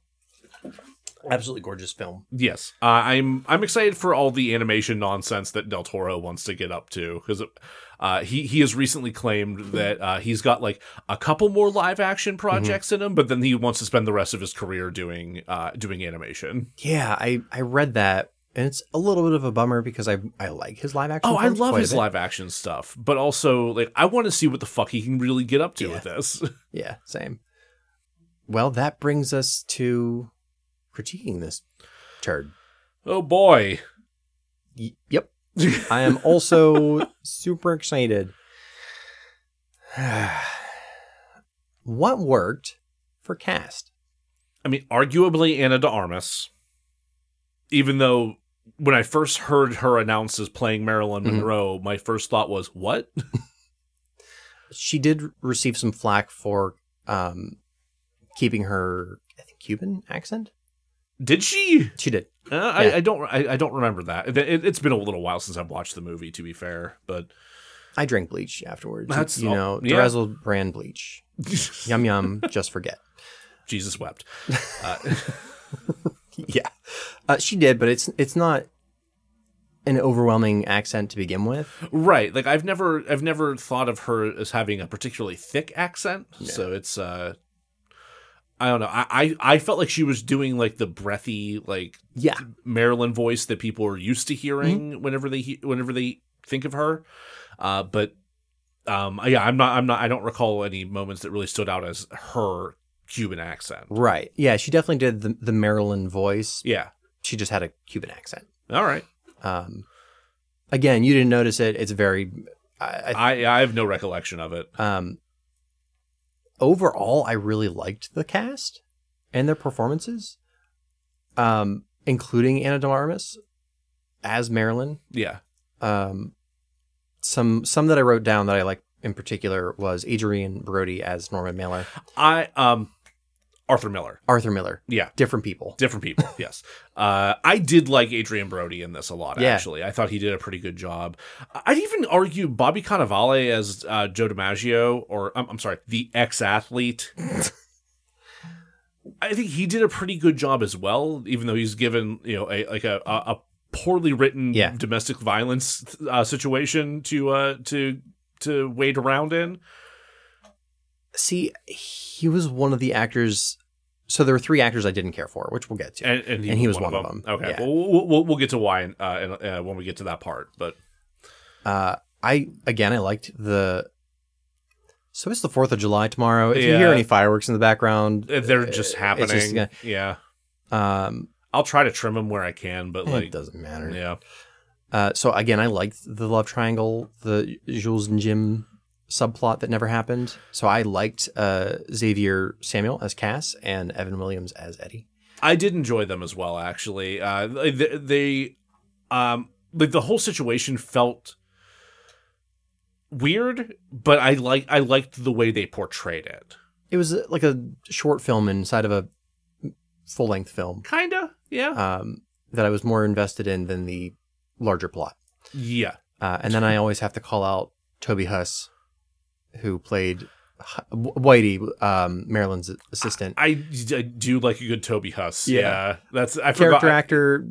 Speaker 1: Absolutely gorgeous film.
Speaker 2: Yes, uh, I'm. I'm excited for all the animation nonsense that Del Toro wants to get up to because uh, he he has recently claimed that uh, he's got like a couple more live action projects in him, but then he wants to spend the rest of his career doing uh, doing animation.
Speaker 1: Yeah, I I read that, and it's a little bit of a bummer because I I like his live action.
Speaker 2: Oh, I
Speaker 1: films
Speaker 2: love
Speaker 1: quite a
Speaker 2: his
Speaker 1: bit.
Speaker 2: live action stuff, but also like I want to see what the fuck he can really get up to with this.
Speaker 1: Yeah, same. Well, that brings us to critiquing this turd.
Speaker 2: Oh boy,
Speaker 1: Y- yep. I am also super excited. what worked for cast?
Speaker 2: I mean, arguably Anna de Armas, even though when I first heard her announce as playing Marilyn
Speaker 1: Mhm.
Speaker 2: Monroe, my first thought was what.
Speaker 1: She did receive some flack for um, keeping her, I think, Cuban accent.
Speaker 2: Did she?
Speaker 1: She did.
Speaker 2: Uh, I,
Speaker 1: Yeah.
Speaker 2: I don't. I, I don't remember that. It, it, has been a little while since I've watched the movie. To be fair, but
Speaker 1: I drank bleach afterwards.
Speaker 2: That's
Speaker 1: you
Speaker 2: all-
Speaker 1: know,
Speaker 2: yeah.
Speaker 1: Duracell brand bleach. Yum yum. just forget.
Speaker 2: Jesus wept. Uh,
Speaker 1: Yeah, uh, she did, but it's it's not an overwhelming accent to begin with.
Speaker 2: right. Like I've never. I've never thought of her as having a particularly thick accent. So it's. uh I don't know. I, I I felt like she was doing like the breathy like
Speaker 1: Yeah,
Speaker 2: Maryland voice that people are used to hearing
Speaker 1: Mm-hmm.
Speaker 2: whenever they he- whenever they think of her. Uh, but um, yeah, I'm not. I'm not. I don't recall any moments that really stood out as her Cuban accent.
Speaker 1: right. Yeah, she definitely did the the Maryland voice.
Speaker 2: Yeah.
Speaker 1: she just had a Cuban accent.
Speaker 2: All right.
Speaker 1: Um, again, you didn't notice it. It's very. I,
Speaker 2: I I have no recollection of it.
Speaker 1: I, um, overall, I really liked the cast and their performances, um, including Anna De Armas as Marilyn.
Speaker 2: Yeah.
Speaker 1: Um, some some that I wrote down that I like in particular was Adrian Brody as Norman Mailer,
Speaker 2: I um Arthur Miller.
Speaker 1: Arthur Miller.
Speaker 2: Yeah.
Speaker 1: different people.
Speaker 2: Different people, yes. Uh, I did like Adrian Brody in this a lot.
Speaker 1: Yeah.
Speaker 2: Actually, I thought he did a pretty good job. I- I'd even argue Bobby Cannavale as uh, Joe DiMaggio, or um, I'm, I'm sorry, the ex-athlete. I think he did a pretty good job as well, even though he's given you know a like a a, a poorly written
Speaker 1: Yeah.
Speaker 2: domestic violence uh, situation to uh to to wade around in.
Speaker 1: See, he was one of the actors. So there were three actors I didn't care for, which we'll get to.
Speaker 2: and, and, he,
Speaker 1: And he
Speaker 2: was
Speaker 1: was
Speaker 2: one,
Speaker 1: one
Speaker 2: of
Speaker 1: of
Speaker 2: them.
Speaker 1: them.
Speaker 2: Okay,
Speaker 1: Yeah.
Speaker 2: well, we'll, we'll we'll get to why uh, in, uh, when we get to that part. But
Speaker 1: Uh, I again, I liked the. So it's the Fourth of July tomorrow. If you
Speaker 2: Yeah.
Speaker 1: hear any fireworks in the background,
Speaker 2: They're
Speaker 1: uh,
Speaker 2: just
Speaker 1: it's
Speaker 2: happening.
Speaker 1: yeah,
Speaker 2: yeah.
Speaker 1: um,
Speaker 2: I'll try to trim them where I can, but
Speaker 1: it
Speaker 2: like,
Speaker 1: doesn't matter.
Speaker 2: yeah,
Speaker 1: Uh, so again, I liked the love triangle, the Jules and Jim subplot that never happened. So I liked uh, Xavier Samuel as Cass and Evan Williams as Eddie.
Speaker 2: I did enjoy them as well. Actually, uh, they, they um, like the whole situation felt weird, but I like I liked the way they portrayed it.
Speaker 1: It was uh, like a short film inside of a full length film
Speaker 2: Kinda, yeah,
Speaker 1: um, that I was more invested in than the larger plot.
Speaker 2: yeah.
Speaker 1: Uh, and then I always have to call out Toby Huss, who played H- Whitey, um, Marilyn's assistant.
Speaker 2: I, I do like a good Toby Huss. Yeah,
Speaker 1: Yeah.
Speaker 2: that's I forgot.
Speaker 1: Character actor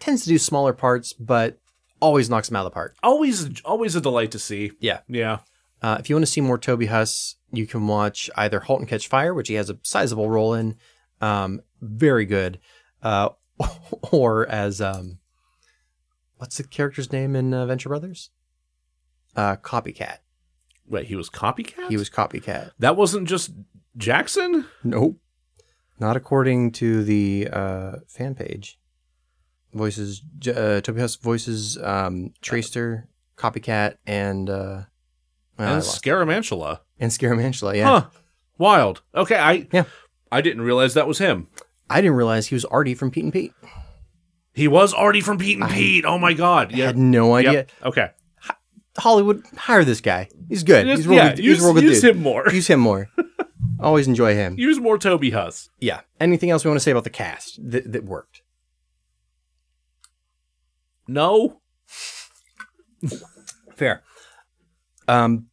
Speaker 1: tends to do smaller parts, but always knocks him out of the park.
Speaker 2: always, always a delight to see.
Speaker 1: Yeah.
Speaker 2: yeah.
Speaker 1: Uh, if you want to see more Toby Huss, you can watch either *Halt and Catch Fire*, which he has a sizable role in, um, very good, uh, or as um, what's the character's name in uh, *Venture Brothers*? Uh, copycat.
Speaker 2: Wait, he was copycat.
Speaker 1: He was copycat.
Speaker 2: That wasn't just Jackson.
Speaker 1: Nope. Not according to the uh, fan page. Voices J- uh, Toby Huss voices um, Tracer, Copycat, and uh, well, I
Speaker 2: and
Speaker 1: lost-
Speaker 2: Scaramantula.
Speaker 1: and Scaramangela. Yeah.
Speaker 2: Huh. Wild. Okay, I
Speaker 1: Yeah.
Speaker 2: I didn't realize that was him.
Speaker 1: I didn't realize he was Artie from Pete and Pete.
Speaker 2: He was already from Pete and Pete. Oh my god.
Speaker 1: I
Speaker 2: Yeah.
Speaker 1: had no idea.
Speaker 2: Yep. Okay.
Speaker 1: Hollywood, hire this guy. He's good.
Speaker 2: Just-
Speaker 1: he's real
Speaker 2: yeah,
Speaker 1: good.
Speaker 2: use,
Speaker 1: he's a real good
Speaker 2: use
Speaker 1: dude.
Speaker 2: him more.
Speaker 1: Use him more. Always enjoy him.
Speaker 2: use more Toby Huss.
Speaker 1: Yeah. Anything else we want to say about the cast that, that worked?
Speaker 2: No.
Speaker 1: Fair. Um,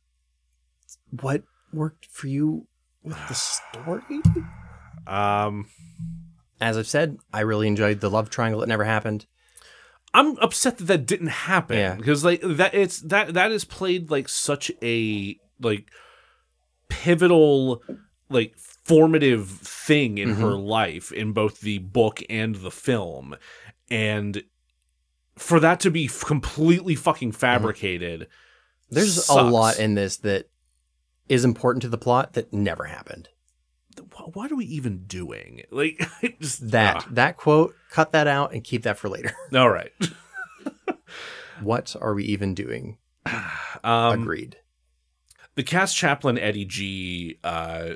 Speaker 1: what worked for you with the story?
Speaker 2: Um
Speaker 1: As I've said, I really enjoyed the love triangle that never happened.
Speaker 2: I'm upset that that didn't happen
Speaker 1: Yeah.
Speaker 2: because like that it's that that is played like such a like pivotal like formative thing in her
Speaker 1: Mm-hmm.
Speaker 2: life in both the book and the film and for that to be f- completely fucking fabricated
Speaker 1: Mm-hmm. There's a
Speaker 2: Sucks.
Speaker 1: lot in this that is important to the plot that never happened.
Speaker 2: wh- what are we even doing like it just
Speaker 1: That
Speaker 2: ah.
Speaker 1: that quote, cut that out and keep that for later.
Speaker 2: all right
Speaker 1: what are we even doing?
Speaker 2: um
Speaker 1: Agreed.
Speaker 2: the cast chaplain eddie g uh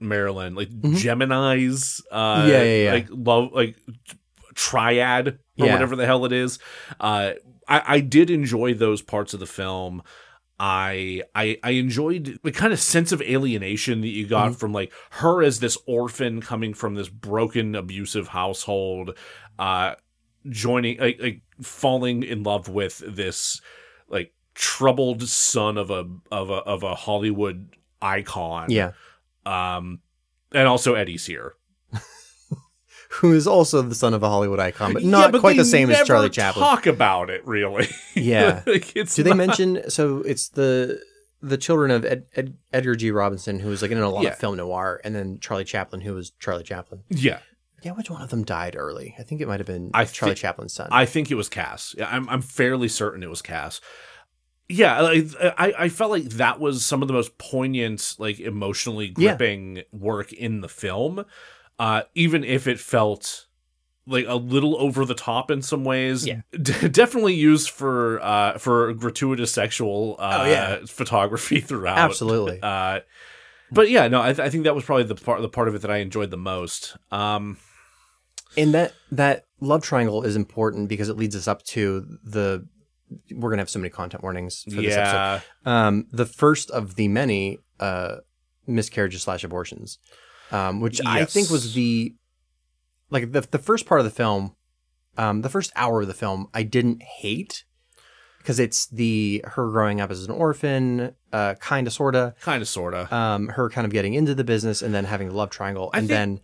Speaker 2: marilyn like
Speaker 1: Mhm.
Speaker 2: gemini's uh
Speaker 1: Yeah, yeah, yeah.
Speaker 2: like love like t- triad or
Speaker 1: Yeah.
Speaker 2: whatever the hell it is uh i i did enjoy those parts of the film I I I enjoyed the kind of sense of alienation that you
Speaker 1: Mm-hmm.
Speaker 2: got from like her as this orphan coming from this broken abusive household, uh, joining like, like falling in love with this like troubled son of a of a of a Hollywood icon.
Speaker 1: Yeah.
Speaker 2: Um, and also Eddie's here,
Speaker 1: who is also the son of a Hollywood icon, but not quite
Speaker 2: they
Speaker 1: the same as
Speaker 2: never
Speaker 1: Charlie Chaplin.
Speaker 2: Talk about it really.
Speaker 1: Yeah.
Speaker 2: like it's
Speaker 1: Do they
Speaker 2: not-
Speaker 1: mention? So it's the the children of Ed, Ed, Edgar G. Robinson, who was like in a lot
Speaker 2: Yeah.
Speaker 1: of film noir, and then Charlie Chaplin, who was Charlie Chaplin.
Speaker 2: Yeah,
Speaker 1: Yeah, which one of them died early? I think it might have been
Speaker 2: I
Speaker 1: Charlie
Speaker 2: thi-
Speaker 1: Chaplin's son.
Speaker 2: I think it was Cass. Yeah, I'm I'm fairly certain it was Cass. Yeah, like, I I felt like that was some of the most poignant, like emotionally
Speaker 1: Yeah.
Speaker 2: gripping work in the film, uh, even if it felt like a little over the top in some ways.
Speaker 1: Yeah.
Speaker 2: D- definitely used for uh, for gratuitous sexual uh,
Speaker 1: Oh, yeah.
Speaker 2: photography throughout.
Speaker 1: Absolutely.
Speaker 2: Uh, but yeah, no, I, th- I think that was probably the part the part of it that I enjoyed the most. Um,
Speaker 1: and that that love triangle is important because it leads us up to the. We're gonna have so many content warnings for this episode.
Speaker 2: yeah,
Speaker 1: Um, the first of the many uh, miscarriages slash abortions, um, which I
Speaker 2: Yes.
Speaker 1: think was the like the the first part of the film, um, the first hour of the film, I didn't hate because it's the her growing up as an orphan, uh, kind of sorta,
Speaker 2: kind of, sorta.
Speaker 1: um, her kind of getting into the business and then having the love triangle
Speaker 2: I
Speaker 1: and
Speaker 2: think-
Speaker 1: then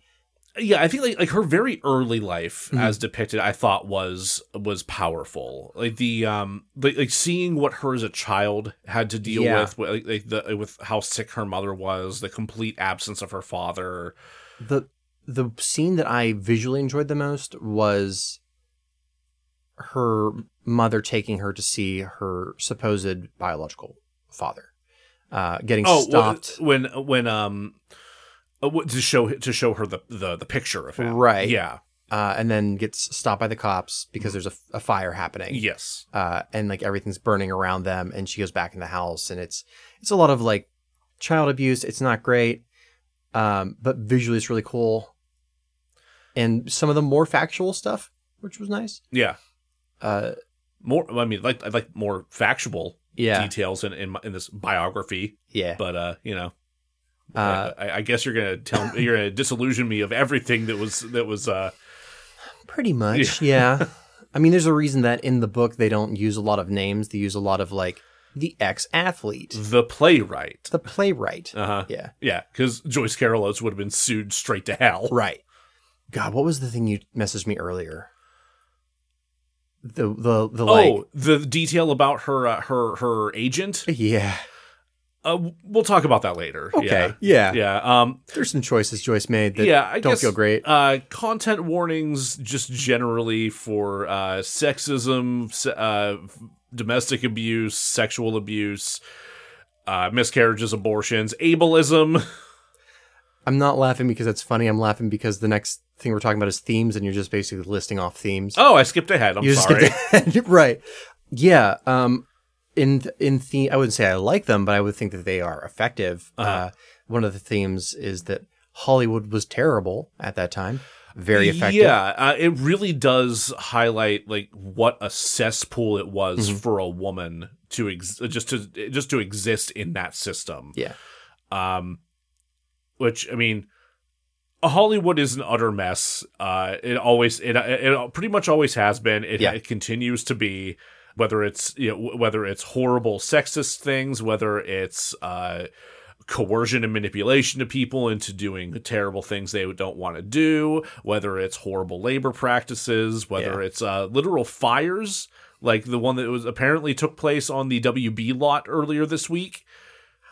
Speaker 2: yeah i think like, like her very early life
Speaker 1: Mhm.
Speaker 2: as depicted i thought was was powerful like the um like, like seeing what her as a child had to deal
Speaker 1: Yeah.
Speaker 2: with like, like the with how sick her mother was the complete absence of her father
Speaker 1: the the scene that I visually enjoyed the most was her mother taking her to see her supposed biological father, uh, getting
Speaker 2: Oh, well,
Speaker 1: stopped.
Speaker 2: when when um uh, what- to show to show her the the, the picture of him.
Speaker 1: Right.
Speaker 2: Yeah.
Speaker 1: uh, and then gets stopped by the cops because there's a, a fire happening.
Speaker 2: Yes.
Speaker 1: Uh, and like everything's burning around them, and she goes back in the house, and it's it's a lot of like child abuse. It's not great, um, but visually it's really cool, and some of the more factual stuff, which was nice.
Speaker 2: Yeah.
Speaker 1: Uh,
Speaker 2: More. I mean, like I like more factual
Speaker 1: yeah,
Speaker 2: details in, in my- in this biography,
Speaker 1: yeah.
Speaker 2: but uh, you know.
Speaker 1: Uh,
Speaker 2: I, I guess you're gonna tell me you're gonna disillusion me of everything that was that was uh
Speaker 1: Pretty much, yeah. I mean, there's a reason that in the book they don't use a lot of names. They use a lot of like the ex athlete,
Speaker 2: the playwright.
Speaker 1: the playwright.
Speaker 2: Mm. Uh huh.
Speaker 1: Yeah,
Speaker 2: Yeah, because Joyce Carol Oates would have been sued straight to hell.
Speaker 1: right. God, what was the thing you messaged me earlier? The the the like
Speaker 2: oh, the detail about her uh, her her agent.
Speaker 1: yeah
Speaker 2: Uh, we'll talk about that later.
Speaker 1: okay yeah.
Speaker 2: Yeah. Yeah. Um.
Speaker 1: There's some choices Joyce made that
Speaker 2: yeah. I
Speaker 1: don't
Speaker 2: guess,
Speaker 1: feel great.
Speaker 2: Uh, content warnings just generally for uh, sexism, se- uh, domestic abuse, sexual abuse, uh, miscarriages, abortions, ableism.
Speaker 1: I'm not laughing because that's funny. I'm laughing because the next thing we're talking about is themes, and you're just basically listing off themes.
Speaker 2: Oh, I skipped ahead. I'm
Speaker 1: you just
Speaker 2: sorry.
Speaker 1: get- right. Yeah. Um. In th- in the I wouldn't say I like them, but I would think that they are effective. uh
Speaker 2: Uh-huh.
Speaker 1: one of the themes is that Hollywood was terrible at that time. Very effective.
Speaker 2: Yeah, uh, it really does highlight like what a cesspool it was
Speaker 1: Mm-hmm.
Speaker 2: for a woman to ex- just to just to exist in that system.
Speaker 1: Yeah.
Speaker 2: Um, which I mean, Hollywood is an utter mess. Uh, it always it it pretty much always has been. It,
Speaker 1: Yeah.
Speaker 2: it continues to be. Whether it's you know, wh- whether it's horrible sexist things, whether it's uh, coercion and manipulation of people into doing terrible things they don't want to do, whether it's horrible labor practices, whether it's uh, literal fires like the one that was apparently took place on the WB lot earlier this week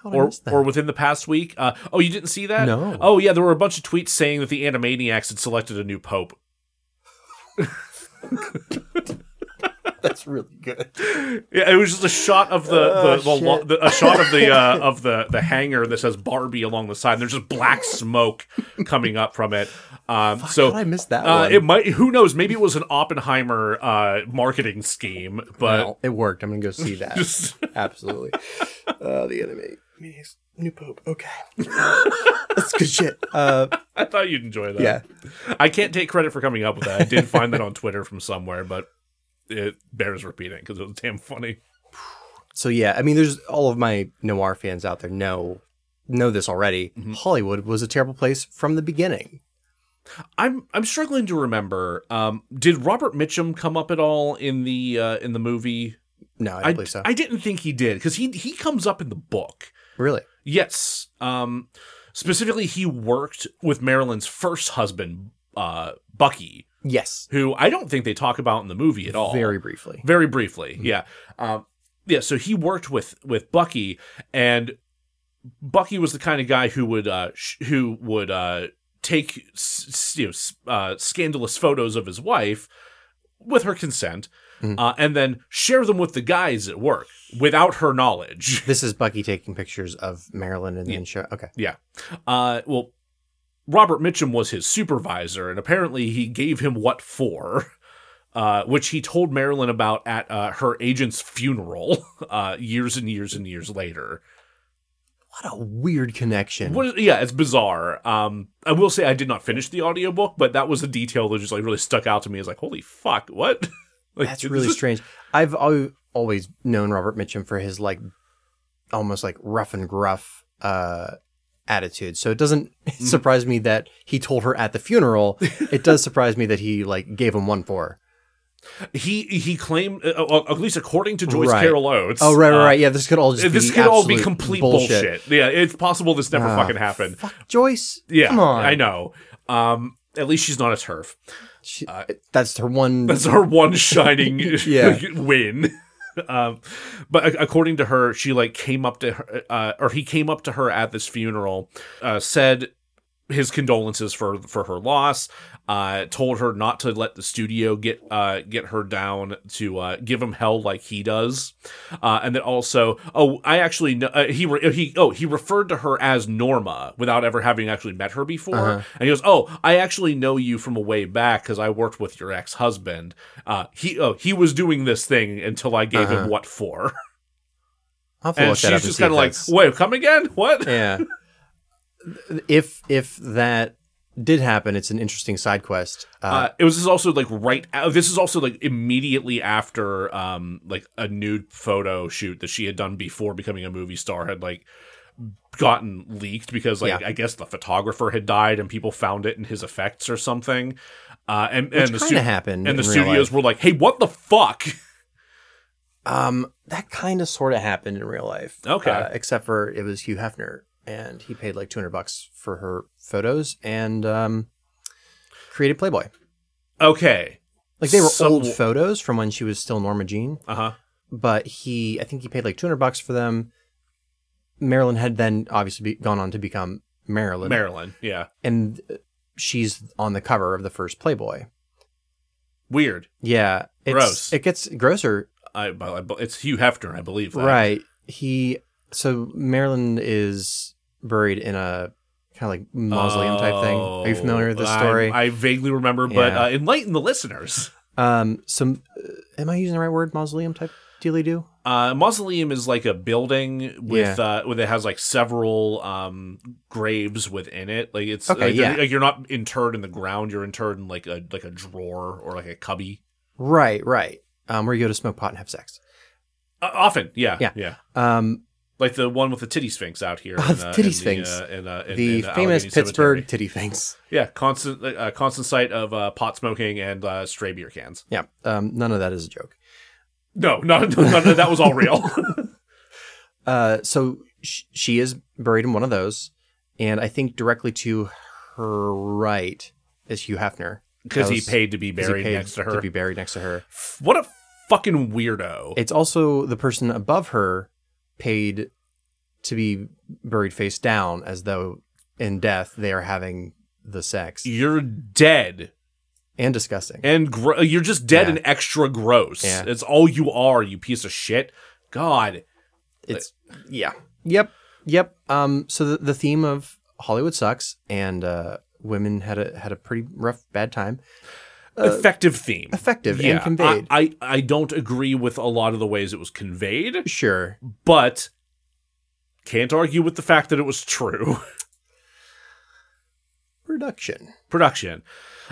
Speaker 1: How did I
Speaker 2: or
Speaker 1: miss that?
Speaker 2: or within the past week. Uh, oh, you didn't see that?
Speaker 1: No.
Speaker 2: Oh yeah, there were a bunch of tweets saying that the Animaniacs had selected a new pope.
Speaker 1: that's really good.
Speaker 2: Yeah, it was just a shot of the,
Speaker 1: Oh,
Speaker 2: the, the, lo-
Speaker 1: shit.
Speaker 2: the- a shot of the uh, of the the hangar that says Barbie along the side. And there's just black smoke coming up from it. Um,
Speaker 1: So
Speaker 2: so
Speaker 1: I missed that
Speaker 2: Uh,
Speaker 1: one.
Speaker 2: it might. Who knows? Maybe it was an Oppenheimer uh, marketing scheme, but
Speaker 1: Well, it worked. I'm gonna go see that.
Speaker 2: just
Speaker 1: Absolutely. Uh, the enemy. New Pope. Okay. That's good shit. Uh,
Speaker 2: I thought you'd enjoy that.
Speaker 1: yeah.
Speaker 2: I can't take credit for coming up with that. I did find that on Twitter from somewhere, but it bears repeating because it was damn funny.
Speaker 1: So yeah, I mean, there's all of my noir fans out there know know this already.
Speaker 2: Mm-hmm.
Speaker 1: Hollywood was a terrible place from the beginning.
Speaker 2: I'm I'm struggling to remember. Um, did Robert Mitchum come up at all in the uh, in the movie?
Speaker 1: No, I don't
Speaker 2: I,
Speaker 1: believe so.
Speaker 2: I didn't think he did because he he comes up in the book.
Speaker 1: really?
Speaker 2: Yes. Um, specifically, he worked with Marilyn's first husband, uh, Bucky,
Speaker 1: Yes.
Speaker 2: who I don't think they talk about in the movie at all.
Speaker 1: Very briefly.
Speaker 2: very briefly. Yeah, um, yeah. So he worked with with Bucky, and Bucky was the kind of guy who would uh, sh- who would uh, take s- s- you know s- uh, scandalous photos of his wife with her consent,
Speaker 1: Mhm.
Speaker 2: uh, and then share them with the guys at work without her knowledge.
Speaker 1: This is Bucky taking pictures of Marilyn and then show. Okay.
Speaker 2: Uh, well, Robert Mitchum was his supervisor, and apparently he gave him what for, uh, which he told Marilyn about at uh, her agent's funeral uh, years and years and years later.
Speaker 1: What a weird connection.
Speaker 2: What is, yeah, it's bizarre. Um, I will say I did not finish the audiobook, but that was a detail that just like really stuck out to me. It's like, holy fuck, what? like,
Speaker 1: That's
Speaker 2: this
Speaker 1: really
Speaker 2: is-
Speaker 1: strange. I've al- always known Robert Mitchum for his like almost like rough and gruff uh, attitude. So it doesn't
Speaker 2: Mm-hmm.
Speaker 1: surprise me that he told her at the funeral. it does surprise me that he like gave him one for.
Speaker 2: He he claimed, uh, uh, at least according to Joyce
Speaker 1: Right.
Speaker 2: Carol Oates.
Speaker 1: Oh right, right,
Speaker 2: uh,
Speaker 1: right. Yeah, this could all just
Speaker 2: This
Speaker 1: be
Speaker 2: could all be
Speaker 1: absolute
Speaker 2: complete bullshit. Yeah, it's possible this never
Speaker 1: Ah,
Speaker 2: fucking happened.
Speaker 1: Fuck Joyce.
Speaker 2: Yeah,
Speaker 1: Come on.
Speaker 2: I know. Um, at least she's not a turf.
Speaker 1: She- that's her one.
Speaker 2: Uh, That's her one shining
Speaker 1: Yeah.
Speaker 2: win. Um, but ac- according to her, she like came up to her, uh, or he came up to her at this funeral, uh, said his condolences for for her loss. Uh, told her not to let the studio get uh, get her down to uh, give him hell like he does, uh, and then also oh I actually kn- uh, he re- he oh he referred to her as Norma without ever having actually met her before,
Speaker 1: Uh-huh.
Speaker 2: and he goes oh I actually know you from a way back because I worked with your ex husband. Uh, he oh he was doing this thing until I gave
Speaker 1: Uh-huh.
Speaker 2: him what for,
Speaker 1: I'll have to
Speaker 2: and
Speaker 1: look that up
Speaker 2: she's just
Speaker 1: and see if
Speaker 2: kind of like
Speaker 1: that's-
Speaker 2: wait come again what
Speaker 1: yeah. If if that did happen, it's an interesting side quest. Uh,
Speaker 2: Uh, it was this is also like right. a- This is also like immediately after um like a nude photo shoot that she had done before becoming a movie star had like gotten leaked because like
Speaker 1: Yeah.
Speaker 2: I guess the photographer had died and people found it in his effects or something. Uh, and
Speaker 1: which
Speaker 2: and the
Speaker 1: kind
Speaker 2: stu-
Speaker 1: of happened.
Speaker 2: and the
Speaker 1: in real
Speaker 2: studios
Speaker 1: life.
Speaker 2: were like, "Hey, what the fuck?"
Speaker 1: um, that kind of sort of happened in real life.
Speaker 2: Okay.
Speaker 1: uh, except for it was Hugh Hefner, and he paid like two hundred bucks for her photos and um, created Playboy.
Speaker 2: Okay.
Speaker 1: Like they were
Speaker 2: Some-
Speaker 1: old photos from when she was still Norma Jean,
Speaker 2: Uh huh.
Speaker 1: but he, I think he paid like two hundred bucks for them. Marilyn had then obviously be, gone on to become Marilyn,
Speaker 2: Marilyn. Yeah.
Speaker 1: and uh, she's on the cover of the first Playboy.
Speaker 2: Weird.
Speaker 1: Yeah, it's,
Speaker 2: Gross.
Speaker 1: It gets grosser,
Speaker 2: I, I, it's Hugh Hefner, I believe. that.
Speaker 1: right? He so Marilyn is buried in a kind of like mausoleum type thing. Are you familiar with this
Speaker 2: Oh,
Speaker 1: story?
Speaker 2: I, I vaguely remember, but
Speaker 1: Yeah.
Speaker 2: uh, enlighten the listeners.
Speaker 1: um, some uh, am I using the right word? Mausoleum type dealy do.
Speaker 2: Uh, mausoleum is like a building with uh, with it has like several um graves within it. Like it's
Speaker 1: Okay,
Speaker 2: like, they're-
Speaker 1: yeah.
Speaker 2: like you're not interred in the ground. You're interred in like a like a drawer or like a cubby.
Speaker 1: Right, right. Um, where you go to smoke pot and have sex.
Speaker 2: Uh, often, yeah,
Speaker 1: Yeah.
Speaker 2: yeah, yeah.
Speaker 1: Um,
Speaker 2: Like the one with the titty sphinx out here.
Speaker 1: Oh,
Speaker 2: in,
Speaker 1: the
Speaker 2: uh,
Speaker 1: titty
Speaker 2: in
Speaker 1: sphinx.
Speaker 2: The, uh, in, uh, in-
Speaker 1: the
Speaker 2: in
Speaker 1: famous
Speaker 2: Allegheny Cemetery.
Speaker 1: Pittsburgh titty things.
Speaker 2: Yeah, constant uh, constant sight of uh, pot smoking and uh, stray beer cans.
Speaker 1: Yeah. Um, none of that is a joke.
Speaker 2: No, not, no, no, that was all real.
Speaker 1: Uh, so sh- she is buried in one of those, and I think directly to her right is Hugh Hefner
Speaker 2: because he
Speaker 1: That was-
Speaker 2: paid to be
Speaker 1: 'cause he
Speaker 2: buried
Speaker 1: paid
Speaker 2: next to her.
Speaker 1: To be buried next to her.
Speaker 2: F- what a fucking weirdo!
Speaker 1: It's also the person above her paid to be buried face down, as though in death they are having the sex
Speaker 2: You're dead
Speaker 1: and disgusting.
Speaker 2: and gro- you're just dead
Speaker 1: Yeah.
Speaker 2: and extra gross.
Speaker 1: Yeah.
Speaker 2: It's all you are, you piece of shit. God,
Speaker 1: it's yeah. Yep. Yep. Um. So the, the theme of Hollywood sucks, and uh, women had a had a pretty rough bad time.
Speaker 2: effective theme,
Speaker 1: Uh, Effective and
Speaker 2: yeah.
Speaker 1: conveyed.
Speaker 2: I, I I don't agree with a lot of the ways it was conveyed,
Speaker 1: Sure.
Speaker 2: but can't argue with the fact that it was true.
Speaker 1: Production.
Speaker 2: Production.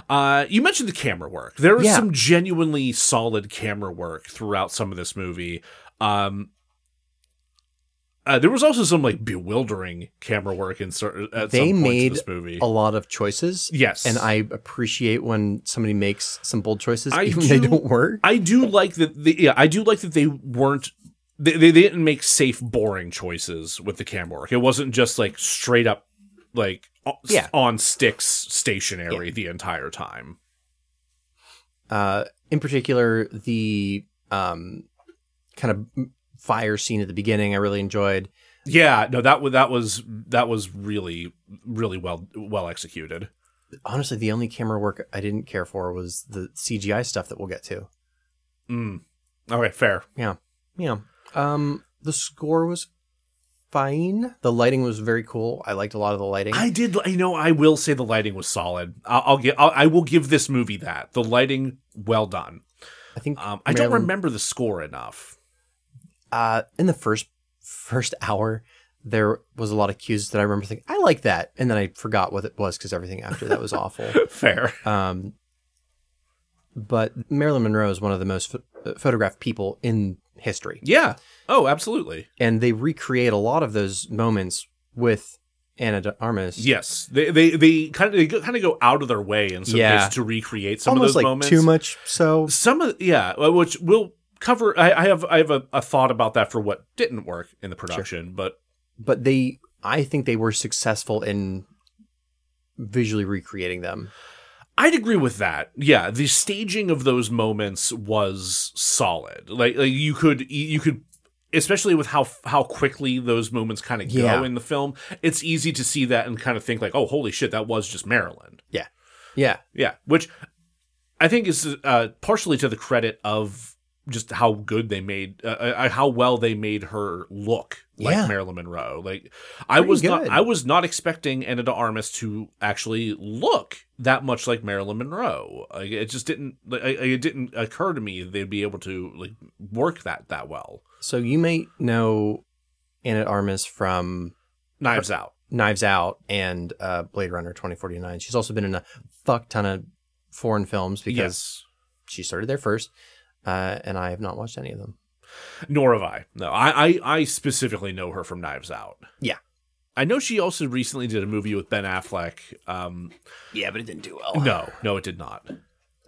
Speaker 2: Uh, you mentioned the camera work. There is
Speaker 1: Yeah.
Speaker 2: some genuinely solid camera work throughout some of this movie. Um, uh, there was also some like bewildering camera work in certain. At
Speaker 1: They
Speaker 2: some points
Speaker 1: made
Speaker 2: in this movie.
Speaker 1: A lot of choices.
Speaker 2: Yes.
Speaker 1: And I appreciate when somebody makes some bold choices,
Speaker 2: I
Speaker 1: even if they
Speaker 2: do-
Speaker 1: don't work.
Speaker 2: I do like that. The, yeah, I do like that they weren't. They, they didn't make safe, boring choices with the camera work. It wasn't just like straight up, like o-
Speaker 1: Yeah.
Speaker 2: on sticks, stationary the entire time.
Speaker 1: Uh, in particular, the um, kind of fire scene at the beginning, I really enjoyed.
Speaker 2: Yeah, no, that was that was that was really really well well executed.
Speaker 1: Honestly, the only camera work I didn't care for was the CGI stuff that we'll get to.
Speaker 2: Mm. Okay, fair.
Speaker 1: Yeah. Um, the score was fine. The lighting was very cool. I liked a lot of the lighting.
Speaker 2: I did. You know, I will say the lighting was solid. I'll, I'll get. I'll, I will give this movie that the lighting well done.
Speaker 1: I think
Speaker 2: Um, I don't
Speaker 1: Marilyn-
Speaker 2: remember the score enough.
Speaker 1: uh, in the first first hour, there was a lot of cues that I remember thinking, I like that, and then I forgot what it was because everything after that was awful.
Speaker 2: Fair.
Speaker 1: Um, but Marilyn Monroe is one of the most ph- uh, photographed people in history,
Speaker 2: Yeah. Oh, absolutely.
Speaker 1: and they recreate a lot of those moments with Anna de Armas.
Speaker 2: Yes, they they they kind of they kind of go out of their way in some
Speaker 1: Yeah.
Speaker 2: cases to recreate some
Speaker 1: almost
Speaker 2: of those
Speaker 1: like
Speaker 2: moments.
Speaker 1: too much. So
Speaker 2: Some of yeah, well, which we'll cover. I, I have I have a, a thought about that for what didn't work in the production, but
Speaker 1: but they I think they were successful in visually recreating them.
Speaker 2: I'd agree with that. Yeah, the staging of those moments was solid. Like, like you could you could especially with how how quickly those moments kind of go
Speaker 1: Yeah.
Speaker 2: in the film, it's easy to see that and kind of think like, "Oh, holy shit, that was just Marilyn."
Speaker 1: Yeah.
Speaker 2: Yeah, which I think is uh, partially to the credit of just how good they made, uh, uh, how well they made her look like
Speaker 1: Yeah.
Speaker 2: Marilyn Monroe. Like I
Speaker 1: Pretty
Speaker 2: was not,
Speaker 1: good.
Speaker 2: I was not expecting Anna de Armas to actually look that much like Marilyn Monroe. Like, it just didn't, like, I- I- it didn't occur to me they'd be able to like work that that well.
Speaker 1: So you may know Anna de Armas from
Speaker 2: Knives Out.
Speaker 1: Knives Out and uh, Blade Runner 2049. She's also been in a fuck ton of foreign films because
Speaker 2: Yes.
Speaker 1: she started there first, uh, and I have not watched any of them.
Speaker 2: Nor have I. No, I, I I specifically know her from Knives Out.
Speaker 1: Yeah.
Speaker 2: I know she also recently did a movie with Ben Affleck. Um,
Speaker 1: Yeah, but it didn't do well.
Speaker 2: no, no, it did not.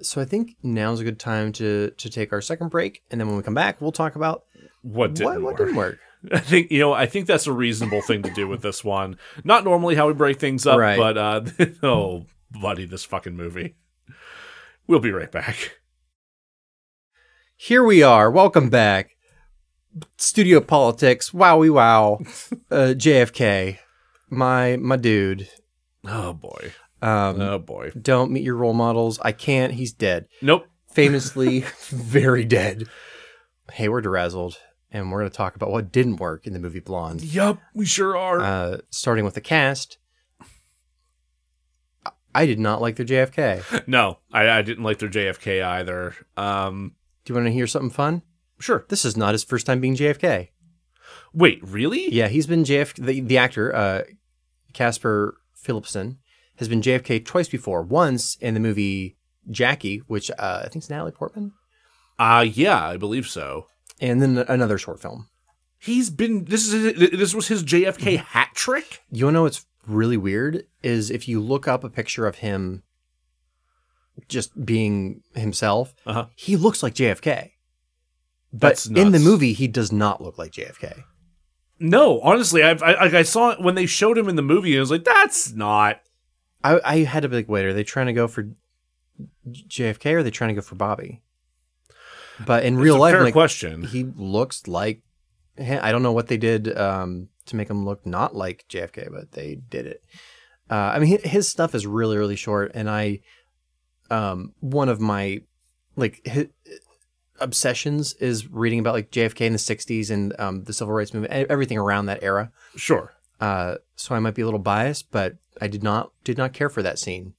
Speaker 1: So I think now's a good time to to take our second break, and then when we come back, we'll talk about
Speaker 2: What didn't
Speaker 1: what, what
Speaker 2: work?
Speaker 1: didn't work.
Speaker 2: I think you know. I think that's a reasonable thing to do with this one. Not normally how we break things up,
Speaker 1: Right.
Speaker 2: but uh, oh, buddy, this fucking movie. We'll be right back.
Speaker 1: Here we are. Welcome back. Studio politics. Wowie wow. Uh, JFK. My my dude.
Speaker 2: Oh boy.
Speaker 1: Um,
Speaker 2: Oh boy.
Speaker 1: Don't meet your role models. I can't. He's dead.
Speaker 2: Nope.
Speaker 1: Famously, very dead. Hey, we're derazzled, and we're going to talk about what didn't work in the movie Blonde.
Speaker 2: Yup. We sure are.
Speaker 1: Uh, starting with the cast. I- I did not like their JFK.
Speaker 2: no, I, I didn't like their JFK either. Um,
Speaker 1: Do you want to hear something fun?
Speaker 2: sure.
Speaker 1: This is not his first time being JFK.
Speaker 2: Wait, really?
Speaker 1: Yeah, he's been JFK. The, the actor, uh, Casper Philipson, has been JFK twice before. Once in the movie Jackie, which uh, I think is Natalie Portman,
Speaker 2: Uh yeah, I believe so.
Speaker 1: and then another short film.
Speaker 2: He's been this is this was his JFK hat trick?
Speaker 1: You wanna know what's really weird is if you look up a picture of him, just being himself,
Speaker 2: Uh-huh.
Speaker 1: he looks like JFK.
Speaker 2: That's
Speaker 1: But in the
Speaker 2: nuts.
Speaker 1: movie, he does not look like JFK.
Speaker 2: No, honestly, I've, I like I saw it when they showed him in the movie. I was like, that's not.
Speaker 1: I, I had to be like, wait, are they trying to go for JFK or are they trying to go for Bobby? But in real
Speaker 2: it's a
Speaker 1: life,
Speaker 2: fair
Speaker 1: I'm like,
Speaker 2: question.
Speaker 1: he looks like him. I don't know what they did um, to make him look not like JFK, but they did it. Uh, I mean, hi- his stuff is really, really short, and I, um, one of my like hi obsessions is reading about like JFK in the '60s and um, the civil rights movement, e- everything around that era.
Speaker 2: Sure.
Speaker 1: Uh, so I might be a little biased, but I did not did not care for that scene.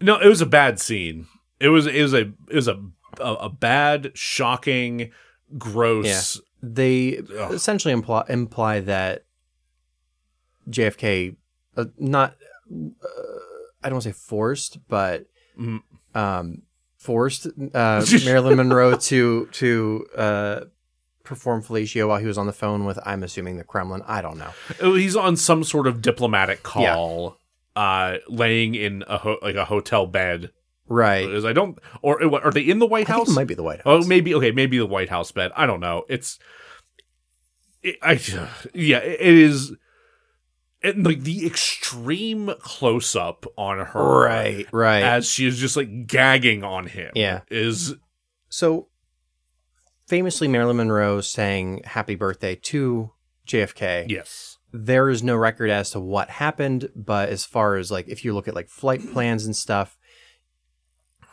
Speaker 2: No, it was a bad scene. It was it was a it was a a, a bad, shocking, gross.
Speaker 1: They
Speaker 2: Ugh.
Speaker 1: essentially imply imply that JFK, uh, not uh, I don't want to say forced, but
Speaker 2: Mm.
Speaker 1: um, forced uh, Marilyn Monroe to to uh, perform fellatio while he was on the phone with I'm assuming the Kremlin. I don't know.
Speaker 2: Oh, He's on some sort of diplomatic call, uh, laying in a ho- like a hotel bed.
Speaker 1: Right.
Speaker 2: Because I don't or are they in the White
Speaker 1: I think
Speaker 2: House?
Speaker 1: it might be the White
Speaker 2: Oh,
Speaker 1: House.
Speaker 2: maybe okay, maybe the White House bed. I don't know. It's, it, I yeah, it it is, and like the extreme close up on her,
Speaker 1: Right. Right.
Speaker 2: As she is just like gagging on him,
Speaker 1: Yeah.
Speaker 2: is
Speaker 1: so famously, Marilyn Monroe sang "Happy Birthday" to JFK.
Speaker 2: yes,
Speaker 1: there is no record as to what happened, but as far as like if you look at like flight plans and stuff,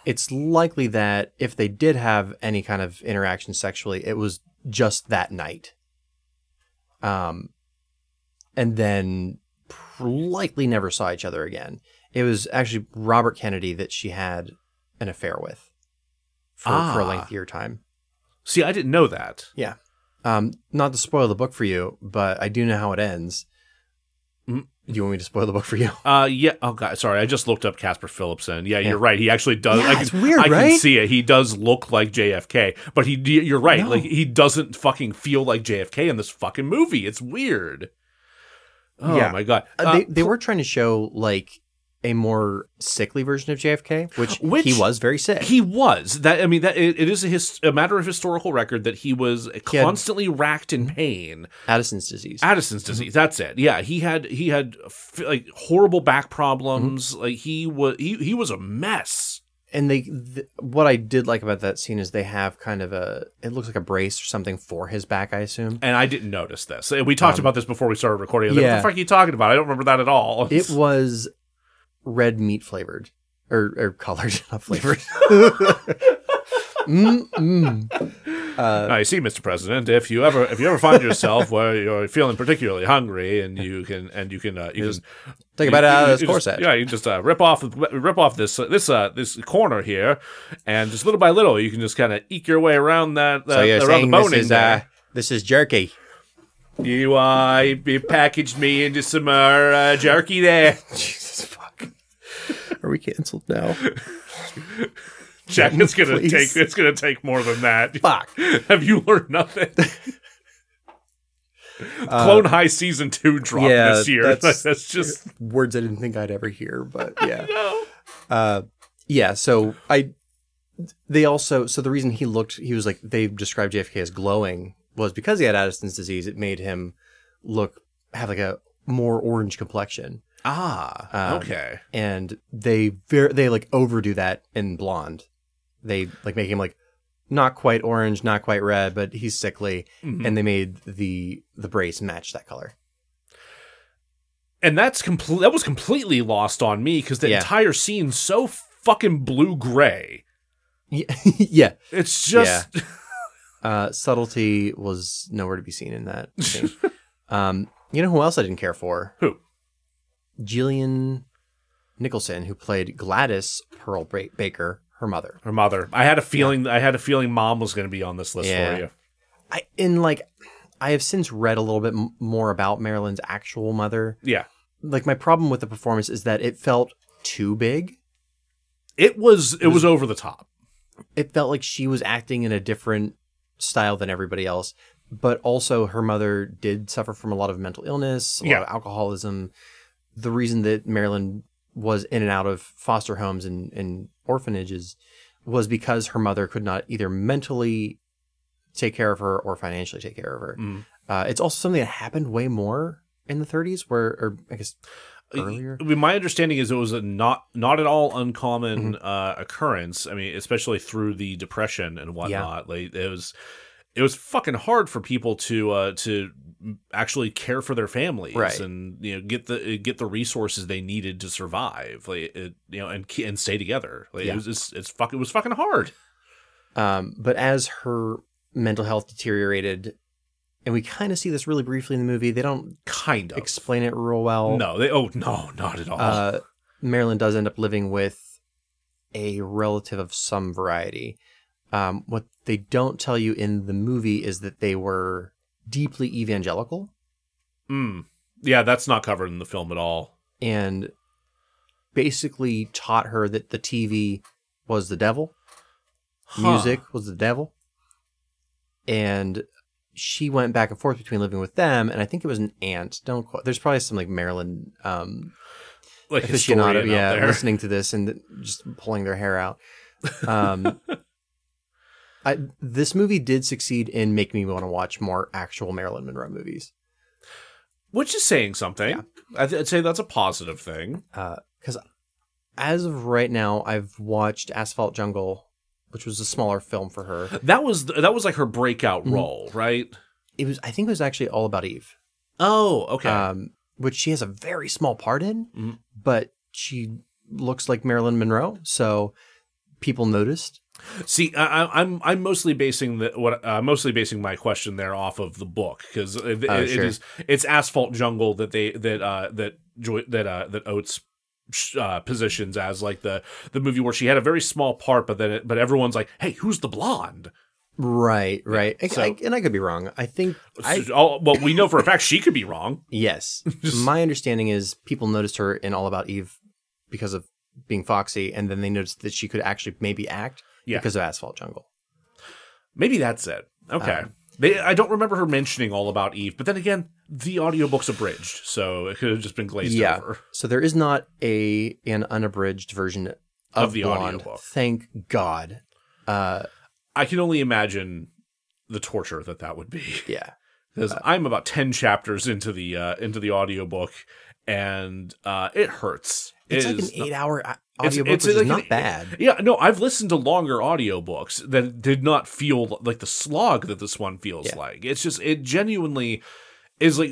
Speaker 1: it's likely that if they did have any kind of interaction sexually, it was just that night. Um and then pr- likely never saw each other again. It was actually Robert Kennedy that she had an affair with for, for a
Speaker 2: Ah.
Speaker 1: lengthier time.
Speaker 2: see, I didn't know that.
Speaker 1: Um, not to spoil the book for you, but I do know how it ends.
Speaker 2: Mm.
Speaker 1: Do you want me to spoil the book for you?
Speaker 2: Uh, yeah. Oh god, sorry, I just looked up Casper Philipson. Yeah,
Speaker 1: Yeah.
Speaker 2: you're right. He actually does.
Speaker 1: Yeah,
Speaker 2: I can,
Speaker 1: it's weird,
Speaker 2: I can
Speaker 1: right?
Speaker 2: see it. He does look like JFK, but he. You're right.
Speaker 1: No.
Speaker 2: Like he doesn't fucking feel like JFK in this fucking movie. It's weird. Oh
Speaker 1: Yeah.
Speaker 2: my god.
Speaker 1: Uh, they they were trying to show like a more sickly version of JFK, which,
Speaker 2: Which-
Speaker 1: he was very sick.
Speaker 2: He was that. I mean, that it, it is a, his, a matter of historical record that he was constantly racked in
Speaker 1: Mm-hmm.
Speaker 2: pain.
Speaker 1: Addison's disease.
Speaker 2: Addison's disease. That's it. Yeah, he had he
Speaker 1: Mm-hmm.
Speaker 2: had f- like horrible back problems. Like he was he he was a mess.
Speaker 1: and they th- what I did like about that scene is they have kind of a it looks like a brace or something for his back. I assume
Speaker 2: And I didn't notice this. And We talked
Speaker 1: Um,
Speaker 2: about this before we started recording. I was like,
Speaker 1: yeah.
Speaker 2: what the fuck are you talking about? I don't remember that at all.
Speaker 1: it was red meat flavored or, or colored, not flavored. mm, mm. Uh,
Speaker 2: I see, Mr. President. If you ever if you ever find yourself where you're feeling particularly hungry and you can and you can uh, you
Speaker 1: Just
Speaker 2: can
Speaker 1: take a bite
Speaker 2: you-
Speaker 1: out
Speaker 2: you-
Speaker 1: of
Speaker 2: you
Speaker 1: this
Speaker 2: just-
Speaker 1: corset.
Speaker 2: Yeah, you just uh, rip off rip off this uh, this uh, this corner here, and just little by little you can just kind of eke your way around that. Uh,
Speaker 1: so you're
Speaker 2: around
Speaker 1: saying
Speaker 2: the
Speaker 1: this
Speaker 2: boning
Speaker 1: is uh,
Speaker 2: there.
Speaker 1: this is jerky?
Speaker 2: you uh you packaged me into some uh, uh, jerky there.
Speaker 1: Jesus fuck. Are we canceled now?
Speaker 2: Jack, it's gonna
Speaker 1: Please.
Speaker 2: take it's gonna take more than that.
Speaker 1: Fuck.
Speaker 2: Have you learned nothing? Clone High season two dropped
Speaker 1: Uh, yeah,
Speaker 2: this year.
Speaker 1: that's-
Speaker 2: That's, just
Speaker 1: Words I didn't think I'd ever hear, but yeah.
Speaker 2: no.
Speaker 1: uh yeah so i they also so the reason he looked he was like they described jfk as glowing was because he had addison's disease it made him look have like a more orange complexion
Speaker 2: Ah,
Speaker 1: Um,
Speaker 2: okay.
Speaker 1: and they ver- they like overdo that in blonde they like make him like not quite orange not quite red but he's sickly
Speaker 2: Mhm.
Speaker 1: and they made the the brace match that color
Speaker 2: and that's complete. That was completely lost on me because the
Speaker 1: Yeah.
Speaker 2: entire scene's so fucking blue gray.
Speaker 1: yeah, yeah.
Speaker 2: It's just
Speaker 1: Uh, subtlety was nowhere to be seen in that. Thing. um, you know who else I didn't care for?
Speaker 2: Who?
Speaker 1: Jillian Nicholson, who played Gladys Pearl ba- Baker, her mother.
Speaker 2: her mother. I had a feeling. I had a feeling mom was going to be on this list
Speaker 1: Yeah.
Speaker 2: for you.
Speaker 1: I in like, I have since read a little bit m- more about Marilyn's actual mother.
Speaker 2: Yeah,
Speaker 1: Like my problem with the performance is that it felt too big.
Speaker 2: it was. It was over the top.
Speaker 1: It felt like she was acting in a different style than everybody else. But also, her mother did suffer from a lot of mental illness, a
Speaker 2: Yeah.
Speaker 1: lot of alcoholism. the reason that Marilyn was in and out of foster homes and, and orphanages was because her mother could not either mentally take care of her or financially take care of her.
Speaker 2: Mm.
Speaker 1: Uh, it's also something that happened way more in the 30s, where, or I guess earlier.
Speaker 2: I mean, my understanding is it was a not not at all uncommon
Speaker 1: Mm-hmm.
Speaker 2: uh, occurrence. I mean, especially through the depression and whatnot. Like it was, it was fucking hard for people to uh, to actually care for their families
Speaker 1: Right.
Speaker 2: and you know get the uh, get the resources they needed to survive. Like it, you know, and ke- and stay together. Like
Speaker 1: Yeah.
Speaker 2: it was it's, it's fuck, it was fucking hard.
Speaker 1: Um, but as her mental health deteriorated, and we kind of see this really briefly in the movie, they don't
Speaker 2: Kind of.
Speaker 1: explain it real well.
Speaker 2: no, they. Oh no, not at all.
Speaker 1: uh, Marilyn does end up living with a relative of some variety. Um, what they don't tell you in the movie is that they were deeply evangelical,
Speaker 2: Mm. Yeah, that's not covered in the film at all.
Speaker 1: and basically taught her that the TV was the devil,
Speaker 2: Huh.
Speaker 1: music was the devil, and she went back and forth between living with them and I think it was an aunt. Don't quote. There's probably some like Marilyn um,
Speaker 2: like
Speaker 1: aficionado,
Speaker 2: historian out
Speaker 1: yeah,
Speaker 2: there.
Speaker 1: listening to this and just pulling their hair out. Um, I, this movie did succeed in making me want to watch more actual Marilyn Monroe movies
Speaker 2: which is saying something.
Speaker 1: Yeah.
Speaker 2: I th- I'd say that's a positive thing.
Speaker 1: because uh, as of right now, I've watched Asphalt Jungle, which was a smaller film for her.
Speaker 2: That was th- that was like her breakout
Speaker 1: Mhm.
Speaker 2: role, right?
Speaker 1: It was, I think, it was actually all about Eve,
Speaker 2: Oh, okay.
Speaker 1: um, which she has a very small part in,
Speaker 2: Mhm.
Speaker 1: but she looks like Marilyn Monroe, so people noticed.
Speaker 2: See, I, I- I'm I'm mostly basing the what uh, mostly basing my question there off of the book because it,
Speaker 1: Oh,
Speaker 2: it-
Speaker 1: sure.
Speaker 2: it is it's asphalt jungle that they that uh that joy that uh that Oates uh, positions as like the the movie where she had a very small part, but then it, but everyone's like, hey, who's the blonde?
Speaker 1: Right, right. I-
Speaker 2: so-
Speaker 1: I- and I could be wrong. I think I,
Speaker 2: So- oh, well, we know for a fact she could be wrong.
Speaker 1: Yes. My understanding is people noticed her in All About Eve because of being foxy, and then they noticed that she could actually maybe act
Speaker 2: Yeah.
Speaker 1: because of Asphalt Jungle.
Speaker 2: Maybe that's it. Okay.
Speaker 1: Um,
Speaker 2: they, I don't remember her mentioning all about Eve, but then again, the audiobook's abridged, so it could have just been glazed
Speaker 1: Yeah.
Speaker 2: over.
Speaker 1: So there is not a an unabridged version of,
Speaker 2: Of the
Speaker 1: Blonde.
Speaker 2: audiobook.
Speaker 1: Thank God. Uh,
Speaker 2: I can only imagine the torture that that would be.
Speaker 1: yeah.
Speaker 2: because I'm about ten chapters into the uh, into the audiobook, and uh, it hurts.
Speaker 1: It's
Speaker 2: It
Speaker 1: like an
Speaker 2: is-
Speaker 1: eight-hour
Speaker 2: it's-
Speaker 1: audiobook,
Speaker 2: it's
Speaker 1: which
Speaker 2: like
Speaker 1: is
Speaker 2: an
Speaker 1: not
Speaker 2: eight-
Speaker 1: bad.
Speaker 2: Yeah, no, I've listened to longer audiobooks that did not feel like the slog that this one feels
Speaker 1: Yeah.
Speaker 2: like. It's just it genuinely is like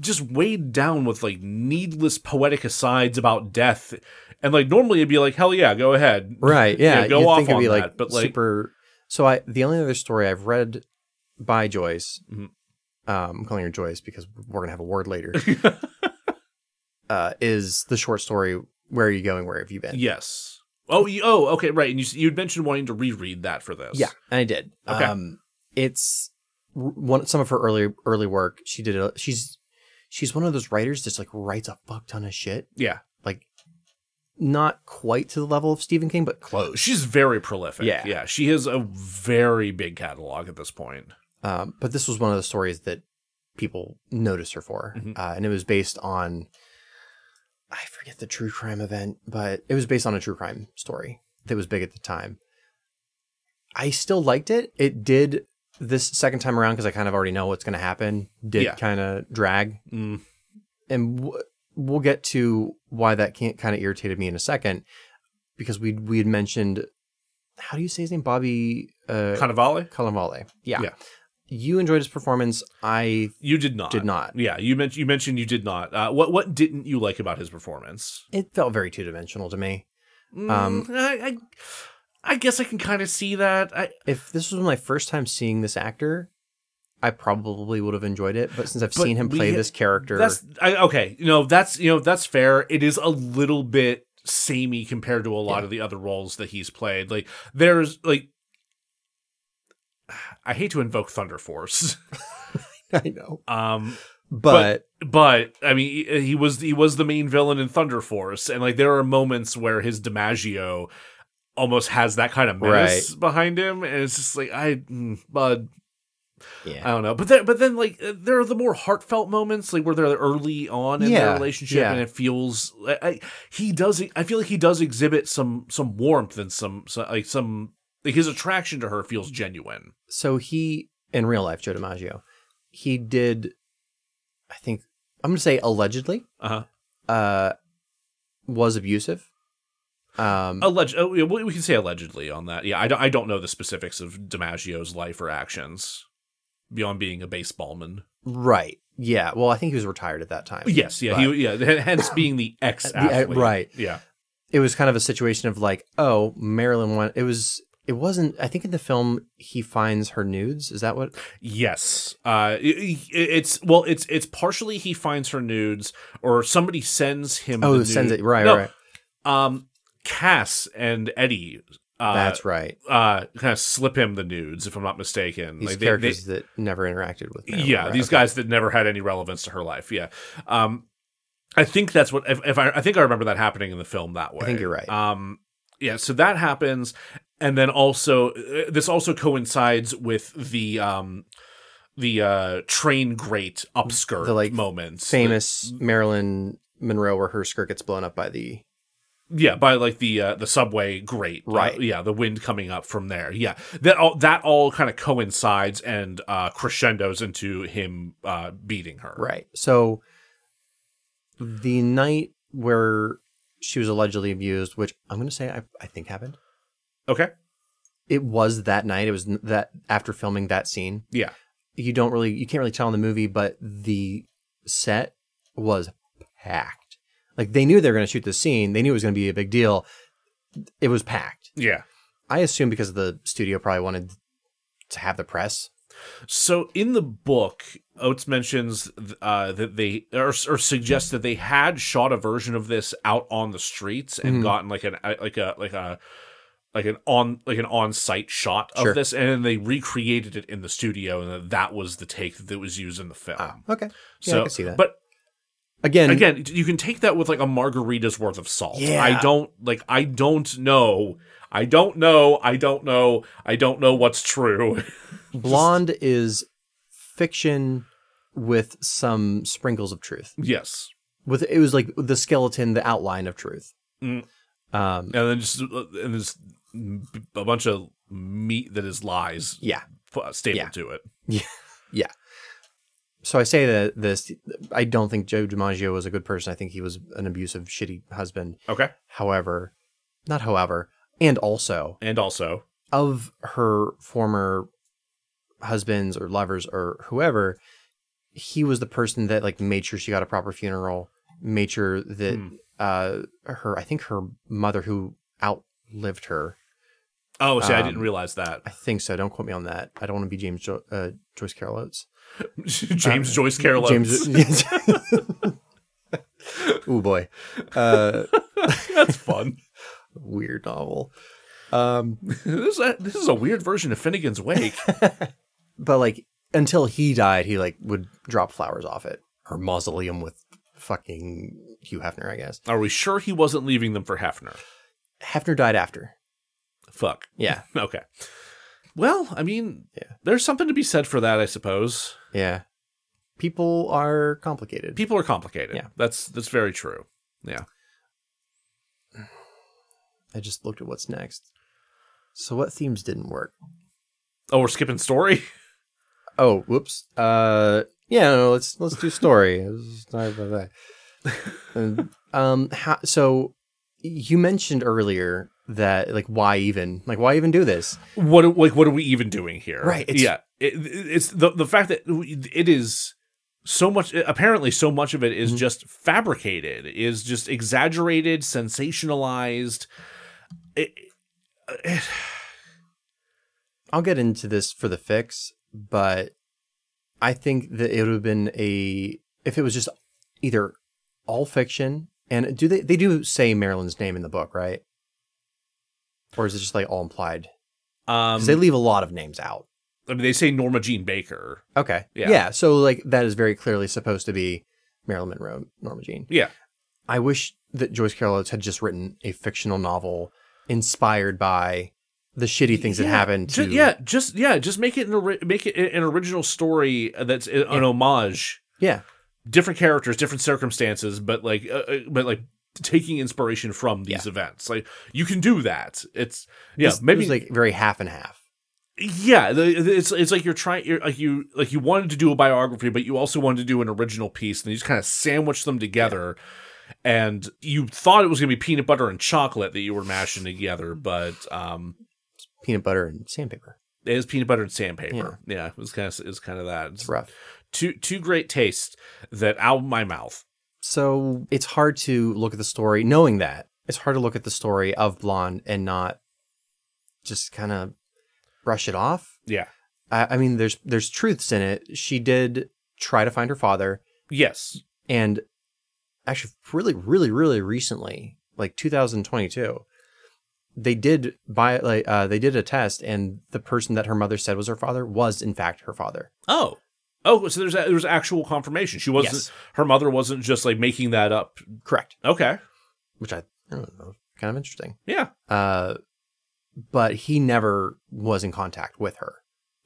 Speaker 2: just weighed down with like needless poetic asides about death. And like normally it'd be like, hell yeah, go ahead.
Speaker 1: Right. Yeah.
Speaker 2: go
Speaker 1: you'd
Speaker 2: off
Speaker 1: think it'd
Speaker 2: on
Speaker 1: be
Speaker 2: that,
Speaker 1: like
Speaker 2: but, like-
Speaker 1: super. So I the only other story I've read by Joyce,
Speaker 2: Mhm.
Speaker 1: um, I'm calling her Joyce because we're gonna have a word later. uh, is the short story "Where Are You Going? Where Have You Been?"
Speaker 2: Yes. Oh, you, oh, okay, right. And you s- you'd mentioned wanting to reread that for this.
Speaker 1: Yeah, and I did.
Speaker 2: Okay.
Speaker 1: Um, it's r- one some of her early early work. She did. A, she's she's one of those writers that's like writes a fuck ton of shit.
Speaker 2: Yeah.
Speaker 1: Not quite to the level of Stephen King, but close.
Speaker 2: She's very prolific.
Speaker 1: Yeah.
Speaker 2: Yeah. She has a very big catalog at this point.
Speaker 1: Um, but this was one of the stories that people noticed her for,
Speaker 2: Mhm.
Speaker 1: uh, and it was based on I forget the true crime event, but it was based on a true crime story that was big at the time. I still liked it. It did this second time around because I kind of already know what's going to happen. Did
Speaker 2: Yeah.
Speaker 1: kind of drag,
Speaker 2: Mm.
Speaker 1: and w- we'll get to why that can't kind of irritated me in a second because we we had mentioned how do you say his name, Bobby uh,
Speaker 2: Cannavale?
Speaker 1: Cannavale. Yeah.
Speaker 2: Yeah. Uh,
Speaker 1: You enjoyed his performance. I
Speaker 2: You did not.
Speaker 1: did not.
Speaker 2: Yeah, you mentioned you mentioned you did not. Uh, what what didn't you like about his performance?
Speaker 1: It felt very two dimensional to me.
Speaker 2: Um, I, I I guess I can kind of see that. I
Speaker 1: If this was my first time seeing this actor, I probably would have enjoyed it. But since I've
Speaker 2: But
Speaker 1: seen him
Speaker 2: we-
Speaker 1: play this character,
Speaker 2: that's I, okay. You know that's you know that's fair. It is a little bit samey compared to a lot
Speaker 1: Yeah.
Speaker 2: of the other roles that he's played. Like there's like I hate to invoke Thunder Force.
Speaker 1: I know.
Speaker 2: Um,
Speaker 1: But,
Speaker 2: but I mean, he- he was he was the main villain in Thunder Force, and like there are moments where his DiMaggio almost has that kind of menace behind him, and it's just like I, mm, bud, I
Speaker 1: yeah,
Speaker 2: don't know. But then, but then, like uh, there are the more heartfelt moments, like where they're early on in
Speaker 1: Yeah,
Speaker 2: their relationship,
Speaker 1: yeah.
Speaker 2: and it feels I, I, he does. I feel like he does exhibit some some warmth and some, some like some like his attraction to her feels genuine.
Speaker 1: so he in real life, Joe DiMaggio, he did. I think I'm going to say allegedly
Speaker 2: Uh huh.
Speaker 1: uh, was abusive. Um,
Speaker 2: Alleged, oh, yeah, we we can say allegedly on that. Yeah, I don't, I don't know the specifics of DiMaggio's life or actions beyond being a baseballman.
Speaker 1: right? Yeah. Well, I think he was retired at that time.
Speaker 2: Yes, yeah, he, yeah. h- Hence being the ex
Speaker 1: The- uh,
Speaker 2: athlete,
Speaker 1: right.
Speaker 2: Yeah,
Speaker 1: it was kind of a situation of like, oh, Marilyn won. It was. It wasn't. I think in the film he finds her nudes. Is that what?
Speaker 2: yes. Uh, i- i- it's well, it's it's partially he finds her nudes, or somebody sends him.
Speaker 1: Oh,
Speaker 2: the
Speaker 1: sends
Speaker 2: nude-
Speaker 1: it right,
Speaker 2: No,
Speaker 1: right.
Speaker 2: Um, Cass and Eddie. Uh,
Speaker 1: That's right.
Speaker 2: uh, kind of slip him the nudes, if I'm not mistaken.
Speaker 1: These
Speaker 2: Like, they- they-
Speaker 1: characters that never interacted with. Marilyn
Speaker 2: yeah
Speaker 1: Monroe.
Speaker 2: these
Speaker 1: Okay.
Speaker 2: guys that never had any relevance to her life yeah um i think that's what if, if i i think i remember that happening in the film that way
Speaker 1: think you're right.
Speaker 2: um yeah so that happens and then also uh, this also coincides with the um the uh train grate upskirt
Speaker 1: The, like,
Speaker 2: moments
Speaker 1: Famous Marilyn Monroe, where her skirt gets blown up by the.
Speaker 2: yeah by like the uh, the subway grate
Speaker 1: Right.
Speaker 2: Uh, yeah the wind coming up from there yeah that all that all kind of coincides and uh crescendos into him uh beating her
Speaker 1: Right. So, the night where she was allegedly abused, which I'm going to say I, I think happened.
Speaker 2: okay
Speaker 1: It was that night. It was n- that after filming that scene.
Speaker 2: yeah
Speaker 1: you don't really you can't really tell in the movie, but the set was packed. Like they knew they were going to shoot this scene. They knew it was going to be a big deal. It was packed.
Speaker 2: yeah
Speaker 1: I assume because the studio probably wanted to have the press.
Speaker 2: So in the book, Oates mentions uh, that they or, or suggests that they had shot a version of this out on the streets and
Speaker 1: Mhm.
Speaker 2: gotten like an uh, like a like a like an on like an on site shot of
Speaker 1: Sure.
Speaker 2: this, and then they recreated it in the studio, and that- that was the take that was used in the film.
Speaker 1: okay. Ah. Yeah,
Speaker 2: Oh. so,
Speaker 1: I can see that.
Speaker 2: but
Speaker 1: Again,
Speaker 2: again, you can take that with like a margarita's worth of salt.
Speaker 1: Yeah.
Speaker 2: I don't like. I don't know. I don't know. I don't know. I don't know what's true.
Speaker 1: Blonde is fiction with some sprinkles of truth.
Speaker 2: yes.
Speaker 1: With it was like the skeleton, the outline of truth.
Speaker 2: Mm.
Speaker 1: Um,
Speaker 2: and then just uh, and there's a bunch of meat that is lies
Speaker 1: yeah.
Speaker 2: uh, stapled
Speaker 1: Yeah.
Speaker 2: to it.
Speaker 1: so I say that this. I don't think Joe DiMaggio was a good person. I think he was an abusive, shitty husband.
Speaker 2: Okay.
Speaker 1: However, not however, and also
Speaker 2: And also,
Speaker 1: of her former husbands or lovers or whoever, he was the person that like made sure she got a proper funeral, made sure that
Speaker 2: Hmm.
Speaker 1: uh her I think her mother who outlived her.
Speaker 2: oh, see, I
Speaker 1: Um,
Speaker 2: didn't realize that.
Speaker 1: I think so. Don't quote me on that. I don't want to be James jo- uh, Joyce Carol Oates.
Speaker 2: James Joyce Carroll.
Speaker 1: uh, James. Ooh boy, uh,
Speaker 2: That's fun.
Speaker 1: weird novel. Um,
Speaker 2: this, is a, this is a weird version of Finnegan's Wake.
Speaker 1: but like until he died, he like would drop flowers off it her mausoleum with fucking Hugh Hefner, I guess.
Speaker 2: Are we sure he wasn't leaving them for Hefner?
Speaker 1: Hefner died after.
Speaker 2: Fuck.
Speaker 1: Yeah,
Speaker 2: Okay. Well, I mean,
Speaker 1: Yeah.
Speaker 2: there's something to be said for that, I suppose.
Speaker 1: yeah. People are complicated.
Speaker 2: People are complicated.
Speaker 1: Yeah.
Speaker 2: That's that's very true. Yeah.
Speaker 1: I just looked at what's next. So what themes didn't work?
Speaker 2: Oh, we're skipping story.
Speaker 1: Oh, whoops. Uh, yeah, no, let's let's do story. Sorry about that. And, um, how, so you mentioned earlier that like why even like why even do this?
Speaker 2: What are- like what are we even doing here?
Speaker 1: Right, it's-
Speaker 2: yeah. It, it's the the fact that it is so much apparently so much of it is
Speaker 1: Mhm.
Speaker 2: just fabricated is just exaggerated sensationalized it,
Speaker 1: I'll get into this for the fix, but I think that it would have been a if it was just either all fiction and do they they do say Marilyn's name in the book, right? Or is it just like all implied?
Speaker 2: um
Speaker 1: 'Cause they leave a lot of names out.
Speaker 2: I mean they say Norma Jean Baker
Speaker 1: Okay.
Speaker 2: Yeah.
Speaker 1: Yeah. So like that is very clearly supposed to be Marilyn Monroe, Norma Jean.
Speaker 2: Yeah.
Speaker 1: I wish that Joyce Carol Oates had just written a fictional novel inspired by the shitty things
Speaker 2: Yeah,
Speaker 1: that happened
Speaker 2: Ju-
Speaker 1: to
Speaker 2: yeah, just yeah, just make it an ori- make it an original story that's an homage.
Speaker 1: Yeah.
Speaker 2: different characters, different circumstances, but like uh, uh, but like taking inspiration from these events. Like you can do that. It's yeah,
Speaker 1: This- it
Speaker 2: maybe
Speaker 1: was, like very half and half.
Speaker 2: yeah. the- the- It's it's like you're trying you're, like you like you wanted to do a biography, but you also wanted to do an original piece, and you just kind of sandwich them together. And you thought it was gonna be peanut butter and chocolate that you were mashing together, but um,
Speaker 1: Peanut butter and sandpaper.
Speaker 2: it was peanut butter and sandpaper. Yeah, it was kind of it was kind of that.
Speaker 1: It's rough.
Speaker 2: two two great tastes that out of my mouth.
Speaker 1: So it's hard to look at the story knowing that. It's hard to look at the story of Blonde and not just kind of brush it off.
Speaker 2: Yeah.
Speaker 1: I, I mean there's there's truths in it. She did try to find her father.
Speaker 2: Yes.
Speaker 1: and actually really really really recently like 2022 they did buy like uh, they did a test and the person that her mother said was her father was in fact her father
Speaker 2: Oh. Oh, so there's a, there was actual confirmation. She wasn't
Speaker 1: Yes.
Speaker 2: her mother wasn't just like making that up.
Speaker 1: correct
Speaker 2: Okay.
Speaker 1: which i, I don't know kind of interesting
Speaker 2: Yeah.
Speaker 1: uh but he never was in contact with her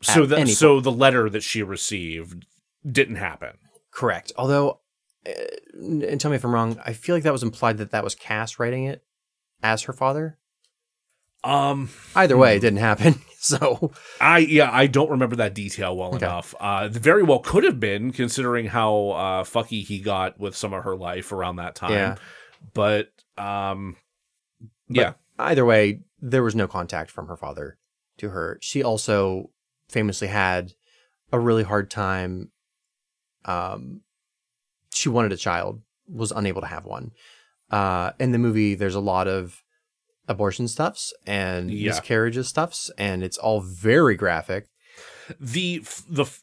Speaker 2: So
Speaker 1: At
Speaker 2: that
Speaker 1: any
Speaker 2: so the letter that she received didn't happen.
Speaker 1: correct although uh, and tell me if i'm wrong i feel like that was implied that that was cass writing it as her father
Speaker 2: Um
Speaker 1: either way it didn't happen so
Speaker 2: I yeah, I don't remember that detail well
Speaker 1: Okay.
Speaker 2: enough. Uh very well could have been considering how uh fucky he got with some of her life around that time.
Speaker 1: Yeah.
Speaker 2: But um yeah.
Speaker 1: either way, there was no contact from her father to her. She also famously had a really hard time. Um, she wanted a child, was unable to have one. Uh, in the movie, there's a lot of abortion stuffs and
Speaker 2: Yeah.
Speaker 1: miscarriages stuffs, and it's all very graphic.
Speaker 2: the f- the f-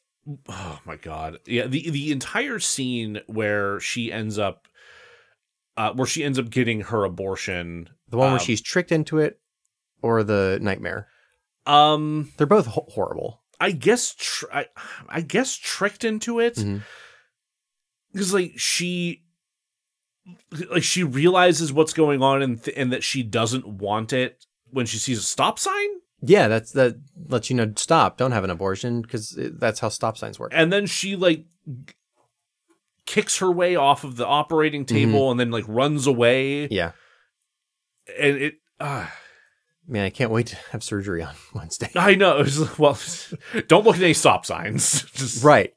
Speaker 2: oh my god yeah the the entire scene where she ends up uh where she ends up getting her abortion
Speaker 1: The one where
Speaker 2: Um,
Speaker 1: she's tricked into it, or the nightmare.
Speaker 2: um
Speaker 1: They're both ho- horrible.
Speaker 2: i guess tr- I, I guess tricked into it
Speaker 1: Mhm.
Speaker 2: because like she like she realizes what's going on and th- and that she doesn't want it when she sees a stop sign
Speaker 1: Yeah, that's that lets you know stop. Don't have an abortion because that's how stop signs work.
Speaker 2: and then she like g- kicks her way off of the operating table and then like runs away
Speaker 1: Yeah.
Speaker 2: and it uh,
Speaker 1: Man, I can't wait to have surgery on Wednesday.
Speaker 2: I know. It was- well, don't look at any stop signs. Just,
Speaker 1: right.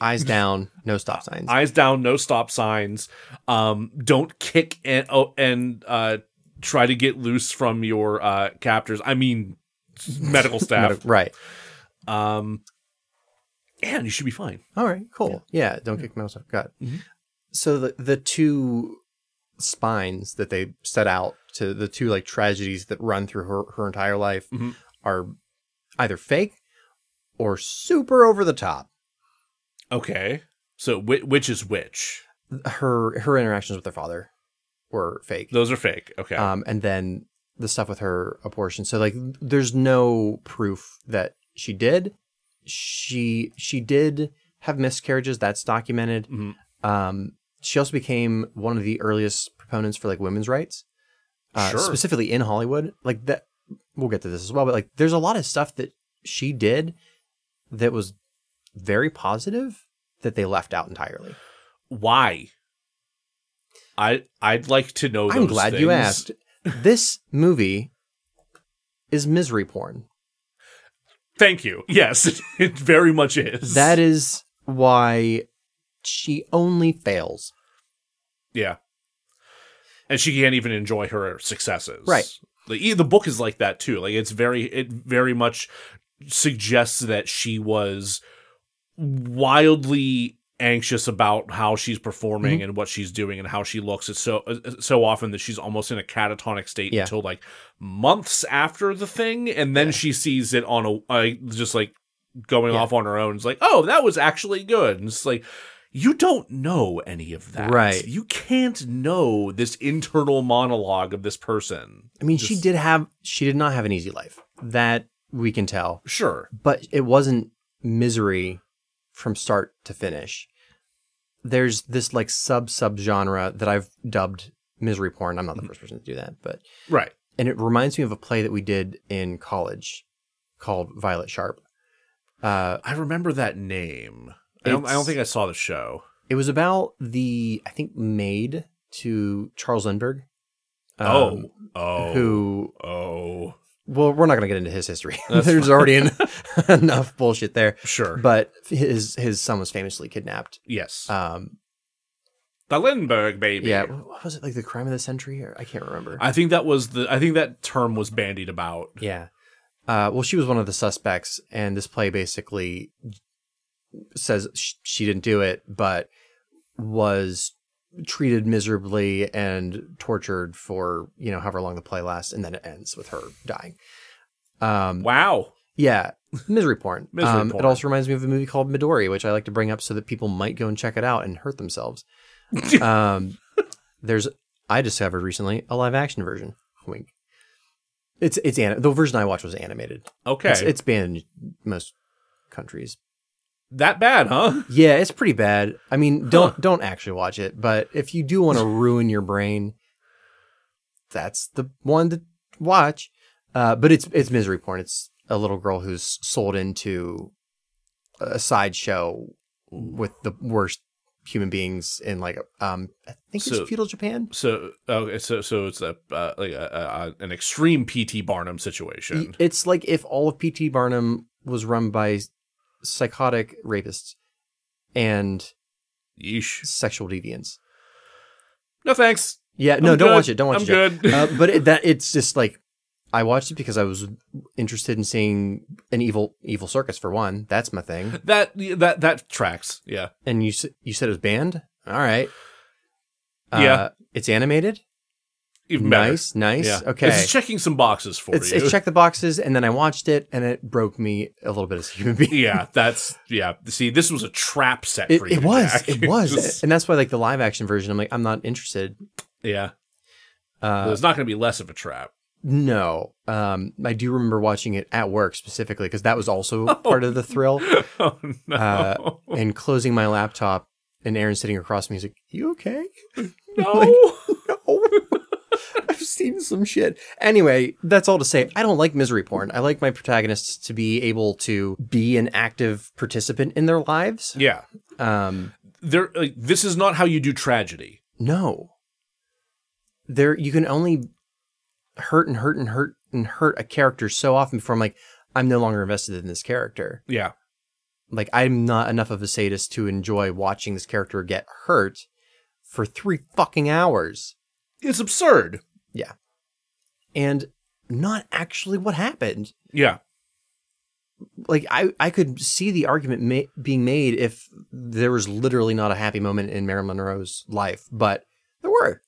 Speaker 1: eyes down, no stop signs.
Speaker 2: eyes down, no stop signs. Um, don't kick and oh, and uh, try to get loose from your uh, captors. I mean, medical staff.
Speaker 1: right.
Speaker 2: um, and you should be fine.
Speaker 1: All right, cool. Yeah, don't kick mouse off. Got it.
Speaker 2: Mhm.
Speaker 1: So the the two spines that they set out to the two like tragedies that run through her her entire life
Speaker 2: Mhm.
Speaker 1: are either fake or super over the top.
Speaker 2: Okay. So which, which is which?
Speaker 1: Her her interactions with her father were fake.
Speaker 2: Those are fake. Okay.
Speaker 1: Um and then the stuff with her abortion. So like there's no proof that she did. She she did have miscarriages, that's documented.
Speaker 2: Mhm.
Speaker 1: Um, she also became one of the earliest proponents for like women's rights, uh,
Speaker 2: Sure.
Speaker 1: specifically in Hollywood. Like that, we'll get to this as well. But like, there's a lot of stuff that she did that was very positive that they left out entirely.
Speaker 2: Why? I I'd like to know.
Speaker 1: I'm
Speaker 2: those
Speaker 1: glad you
Speaker 2: things.
Speaker 1: asked. this movie is misery porn.
Speaker 2: Thank you. Yes, it very much is.
Speaker 1: That is why she only fails.
Speaker 2: Yeah. And she can't even enjoy her successes.
Speaker 1: Right.
Speaker 2: The e- the book is like that too. Like it's very it very much suggests that she was wildly anxious about how she's performing
Speaker 1: Mm-hmm.
Speaker 2: and what she's doing and how she looks. It's so uh, so often that she's almost in a catatonic state
Speaker 1: Yeah.
Speaker 2: until like months after the thing and then she sees it on a uh, just like going
Speaker 1: Yeah.
Speaker 2: off on her own. It's like, "Oh, that was actually good." And it's like you don't know any of that.
Speaker 1: Right.
Speaker 2: You can't know this internal monologue of this person.
Speaker 1: I mean, she
Speaker 2: Just-
Speaker 1: did have she did not have an easy life. That we can tell.
Speaker 2: Sure.
Speaker 1: but it wasn't misery from start to finish. There's this like sub sub genre that I've dubbed misery porn. I'm not
Speaker 2: Mm-hmm.
Speaker 1: the first person to do that, but
Speaker 2: Right.
Speaker 1: and it reminds me of a play that we did in college called Violet Sharp. Uh,
Speaker 2: I remember that name. I don't, I don't
Speaker 1: It's-
Speaker 2: think I saw the show.
Speaker 1: it was about the I think maid to Charles Lindbergh. um,
Speaker 2: oh. Oh.
Speaker 1: who
Speaker 2: Oh.
Speaker 1: well, we're not going to get into his history. There's already en- enough bullshit there.
Speaker 2: Sure.
Speaker 1: But his his son was famously kidnapped.
Speaker 2: yes.
Speaker 1: Um,
Speaker 2: the Lindbergh baby.
Speaker 1: Yeah, wh- what was it like the crime of the century? Or I can't remember.
Speaker 2: I think that was the. I think that term was bandied about.
Speaker 1: yeah. Uh, well, she was one of the suspects, and this play basically says sh- she didn't do it, but was treated miserably and tortured for you know however long the play lasts, and then it ends with her dying. Um,
Speaker 2: Wow.
Speaker 1: Yeah, misery porn.
Speaker 2: Misery
Speaker 1: um,
Speaker 2: porn.
Speaker 1: It also reminds me of a movie called Midori, which I like to bring up so that people might go and check it out and hurt themselves. um, there's I discovered recently a live action version. Wink. It's it's anim- the version I watched was animated.
Speaker 2: Okay.
Speaker 1: It's, it's banned in most countries.
Speaker 2: that bad, huh?
Speaker 1: Yeah, it's pretty bad. I mean, don't
Speaker 2: Huh.
Speaker 1: don't actually watch it, but if you do want to ruin your brain, that's the one to watch. Uh, but it's it's misery porn. It's a little girl who's sold into a sideshow with the worst human beings in like um I think
Speaker 2: So-
Speaker 1: it's feudal Japan.
Speaker 2: So okay. So so it's a uh, like a, a, an extreme PT Barnum situation.
Speaker 1: It's like if all of P.T. Barnum was run by psychotic rapists and
Speaker 2: Yeesh.
Speaker 1: sexual deviants.
Speaker 2: No thanks.
Speaker 1: Yeah, no,
Speaker 2: I'm
Speaker 1: don't
Speaker 2: good.
Speaker 1: watch it. Don't
Speaker 2: I'm
Speaker 1: watch it. Jeff.
Speaker 2: good.
Speaker 1: uh, but it, that it's just like I watched it because I was interested in seeing an evil evil circus for one. That's my thing.
Speaker 2: that that that tracks. Yeah.
Speaker 1: And you s- you said it was banned. All right. Uh,
Speaker 2: Yeah.
Speaker 1: it's animated.
Speaker 2: Even better.
Speaker 1: Nice, nice.
Speaker 2: Yeah.
Speaker 1: Okay.
Speaker 2: It's checking some boxes for
Speaker 1: it's,
Speaker 2: you.
Speaker 1: it's checked the boxes, and then I watched it, and it broke me a little bit as a human being.
Speaker 2: yeah, that's yeah. See, this was a trap set
Speaker 1: It,
Speaker 2: for you.
Speaker 1: it was,
Speaker 2: Jack.
Speaker 1: it was, and that's why like the live action version, I'm like, I'm not interested.
Speaker 2: yeah.
Speaker 1: Uh,
Speaker 2: There's not going to be less of a trap.
Speaker 1: No, um, I do remember watching it at work specifically because that was also part of the thrill.
Speaker 2: Oh no.
Speaker 1: Uh, and closing my laptop, and Aaron sitting across me, he's like, "You okay?"
Speaker 2: no.
Speaker 1: No, I've seen some shit. Anyway, that's all to say. I don't like misery porn. I like my protagonists to be able to be an active participant in their lives.
Speaker 2: yeah.
Speaker 1: Um,
Speaker 2: There. Like, this is not how you do tragedy.
Speaker 1: no, there you can only hurt and hurt and hurt and hurt a character so often before I'm like, I'm no longer invested in this character.
Speaker 2: Yeah.
Speaker 1: like I'm not enough of a sadist to enjoy watching this character get hurt for three fucking hours
Speaker 2: It's absurd.
Speaker 1: and not actually what happened.
Speaker 2: Yeah.
Speaker 1: Like I, I could see the argument ma- being made if there was literally not a happy moment in Marilyn Monroe's life, but there were.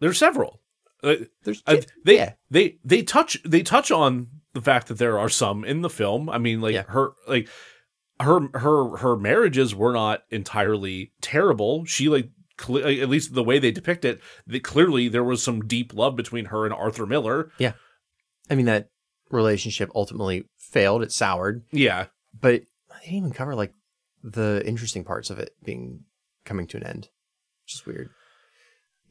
Speaker 2: There's several. Uh,
Speaker 1: There's
Speaker 2: uh, they
Speaker 1: yeah.
Speaker 2: they they touch they touch on the fact that there are some in the film. I mean, like
Speaker 1: Yeah.
Speaker 2: her like her her her marriages were not entirely terrible. She like cle- at least the way they depict it, that clearly there was some deep love between her and Arthur Miller.
Speaker 1: I mean that relationship ultimately failed. It soured,
Speaker 2: Yeah,
Speaker 1: but they didn't even cover like the interesting parts of it being coming to an end, which is weird.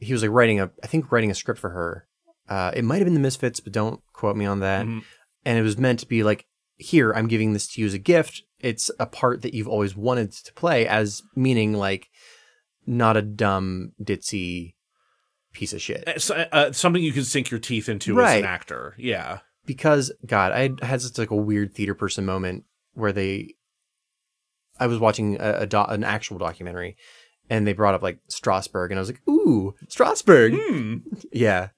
Speaker 1: He was like writing a, I think writing a script for her. Uh, it might have been the Misfits, but don't quote me on that.
Speaker 2: Mhm.
Speaker 1: And it was meant to be like, here, I'm giving this to you as a gift. It's a part that you've always wanted to play, as meaning like not a dumb ditzy piece of shit.
Speaker 2: Uh, so- uh, something you can sink your teeth into as
Speaker 1: Right.
Speaker 2: an actor. Yeah,
Speaker 1: because God, I had- had such like a weird theater person moment where they, I was watching a, a do, an actual documentary, and they brought up like Strasbourg, and I was like, ooh, Strasbourg,
Speaker 2: Hmm.
Speaker 1: yeah.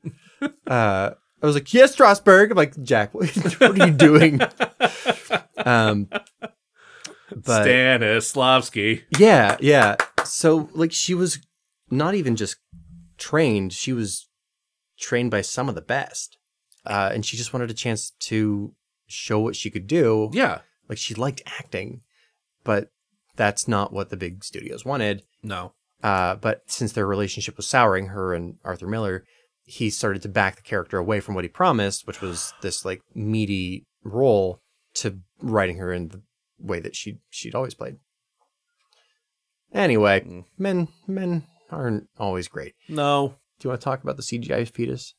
Speaker 1: Uh, I was like, yes, Strasbourg. I'm like, Jack, what, what are you doing? um, but
Speaker 2: Stanislavski.
Speaker 1: yeah, yeah. So like, she was not even just trained; she was trained by some of the best, uh, and she just wanted a chance to show what she could do.
Speaker 2: Yeah,
Speaker 1: Like she liked acting, but that's not what the big studios wanted.
Speaker 2: no,
Speaker 1: Uh, but since their relationship was souring, her and Arthur Miller, he started to back the character away from what he promised, which was this like meaty role, to writing her in the way that she she'd always played. Anyway,
Speaker 2: Mm.
Speaker 1: men men aren't always great.
Speaker 2: no.
Speaker 1: Do you want to talk about the CGI fetus?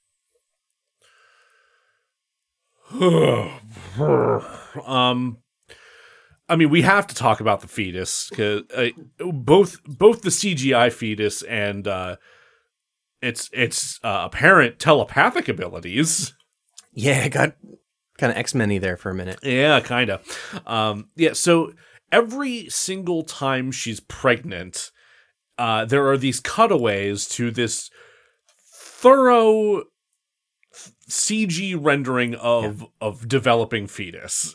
Speaker 2: um I mean, we have to talk about the fetus 'cause, uh, both both the CGI fetus and uh, its its uh, apparent telepathic abilities.
Speaker 1: Yeah, it got kind of X Men there for a minute.
Speaker 2: Yeah, kind of. Um, yeah, so every single time she's pregnant, uh, there are these cutaways to this thorough CG rendering of of developing fetus.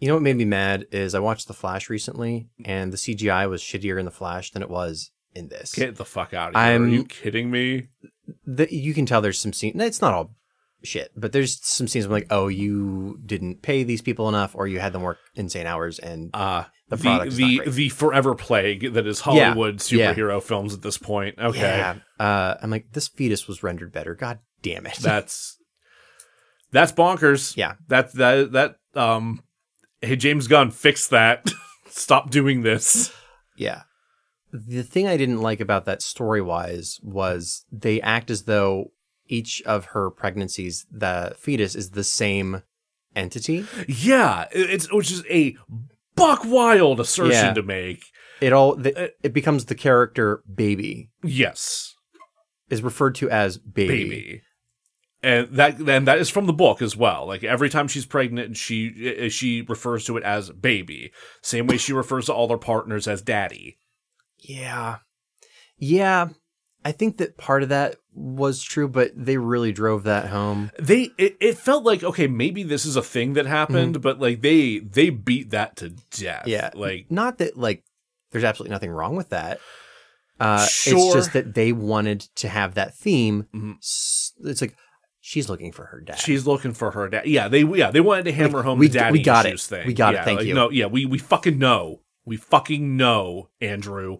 Speaker 1: You know what made me mad is I watched The Flash recently, and the CGI was shittier in The Flash than it was in this.
Speaker 2: Get the fuck out of here. Are
Speaker 1: I'm-
Speaker 2: you kidding me?
Speaker 1: The, you can tell there's some scenes. It's not all shit, but there's some scenes I'm like, oh, you didn't pay these people enough, or you had them work insane hours, and
Speaker 2: Uh
Speaker 1: The
Speaker 2: the
Speaker 1: product is not
Speaker 2: the,
Speaker 1: great.
Speaker 2: the forever plague that is Hollywood
Speaker 1: Yeah.
Speaker 2: superhero films at this point. Okay.
Speaker 1: yeah, uh, I'm like, this fetus was rendered better. God damn it.
Speaker 2: That's that's bonkers.
Speaker 1: Yeah.
Speaker 2: That that that um hey James Gunn fix that. Stop doing this.
Speaker 1: Yeah. The thing I didn't like about that story wise was they act as though each of her pregnancies, the fetus, is the same entity.
Speaker 2: Yeah, it- it's which is a buck wild assertion
Speaker 1: Yeah.
Speaker 2: to make.
Speaker 1: It all th-
Speaker 2: Uh,
Speaker 1: it becomes the character baby
Speaker 2: Yes,
Speaker 1: is referred to as baby.
Speaker 2: baby. And that then that is from the book as well. Like every time she's pregnant, she uh, she refers to it as baby. Same way she refers to all their partners as daddy.
Speaker 1: Yeah, yeah. I think that part of that was true, but they really drove that home.
Speaker 2: they it, it felt like okay maybe this is a thing that happened but like they they beat that to death
Speaker 1: Mm-hmm. Yeah.
Speaker 2: like
Speaker 1: Not that like there's absolutely nothing wrong with that. Uh,
Speaker 2: Sure.
Speaker 1: It's just that they wanted to have that theme.
Speaker 2: Mhm.
Speaker 1: S- It's like she's looking for her dad.
Speaker 2: she's looking for her dad yeah they yeah they wanted to hammer
Speaker 1: Like,
Speaker 2: home
Speaker 1: we-
Speaker 2: the daddy
Speaker 1: we got it.
Speaker 2: issues thing
Speaker 1: We got it,
Speaker 2: Yeah,
Speaker 1: thank
Speaker 2: like,
Speaker 1: you.
Speaker 2: no yeah we we fucking know we fucking know andrew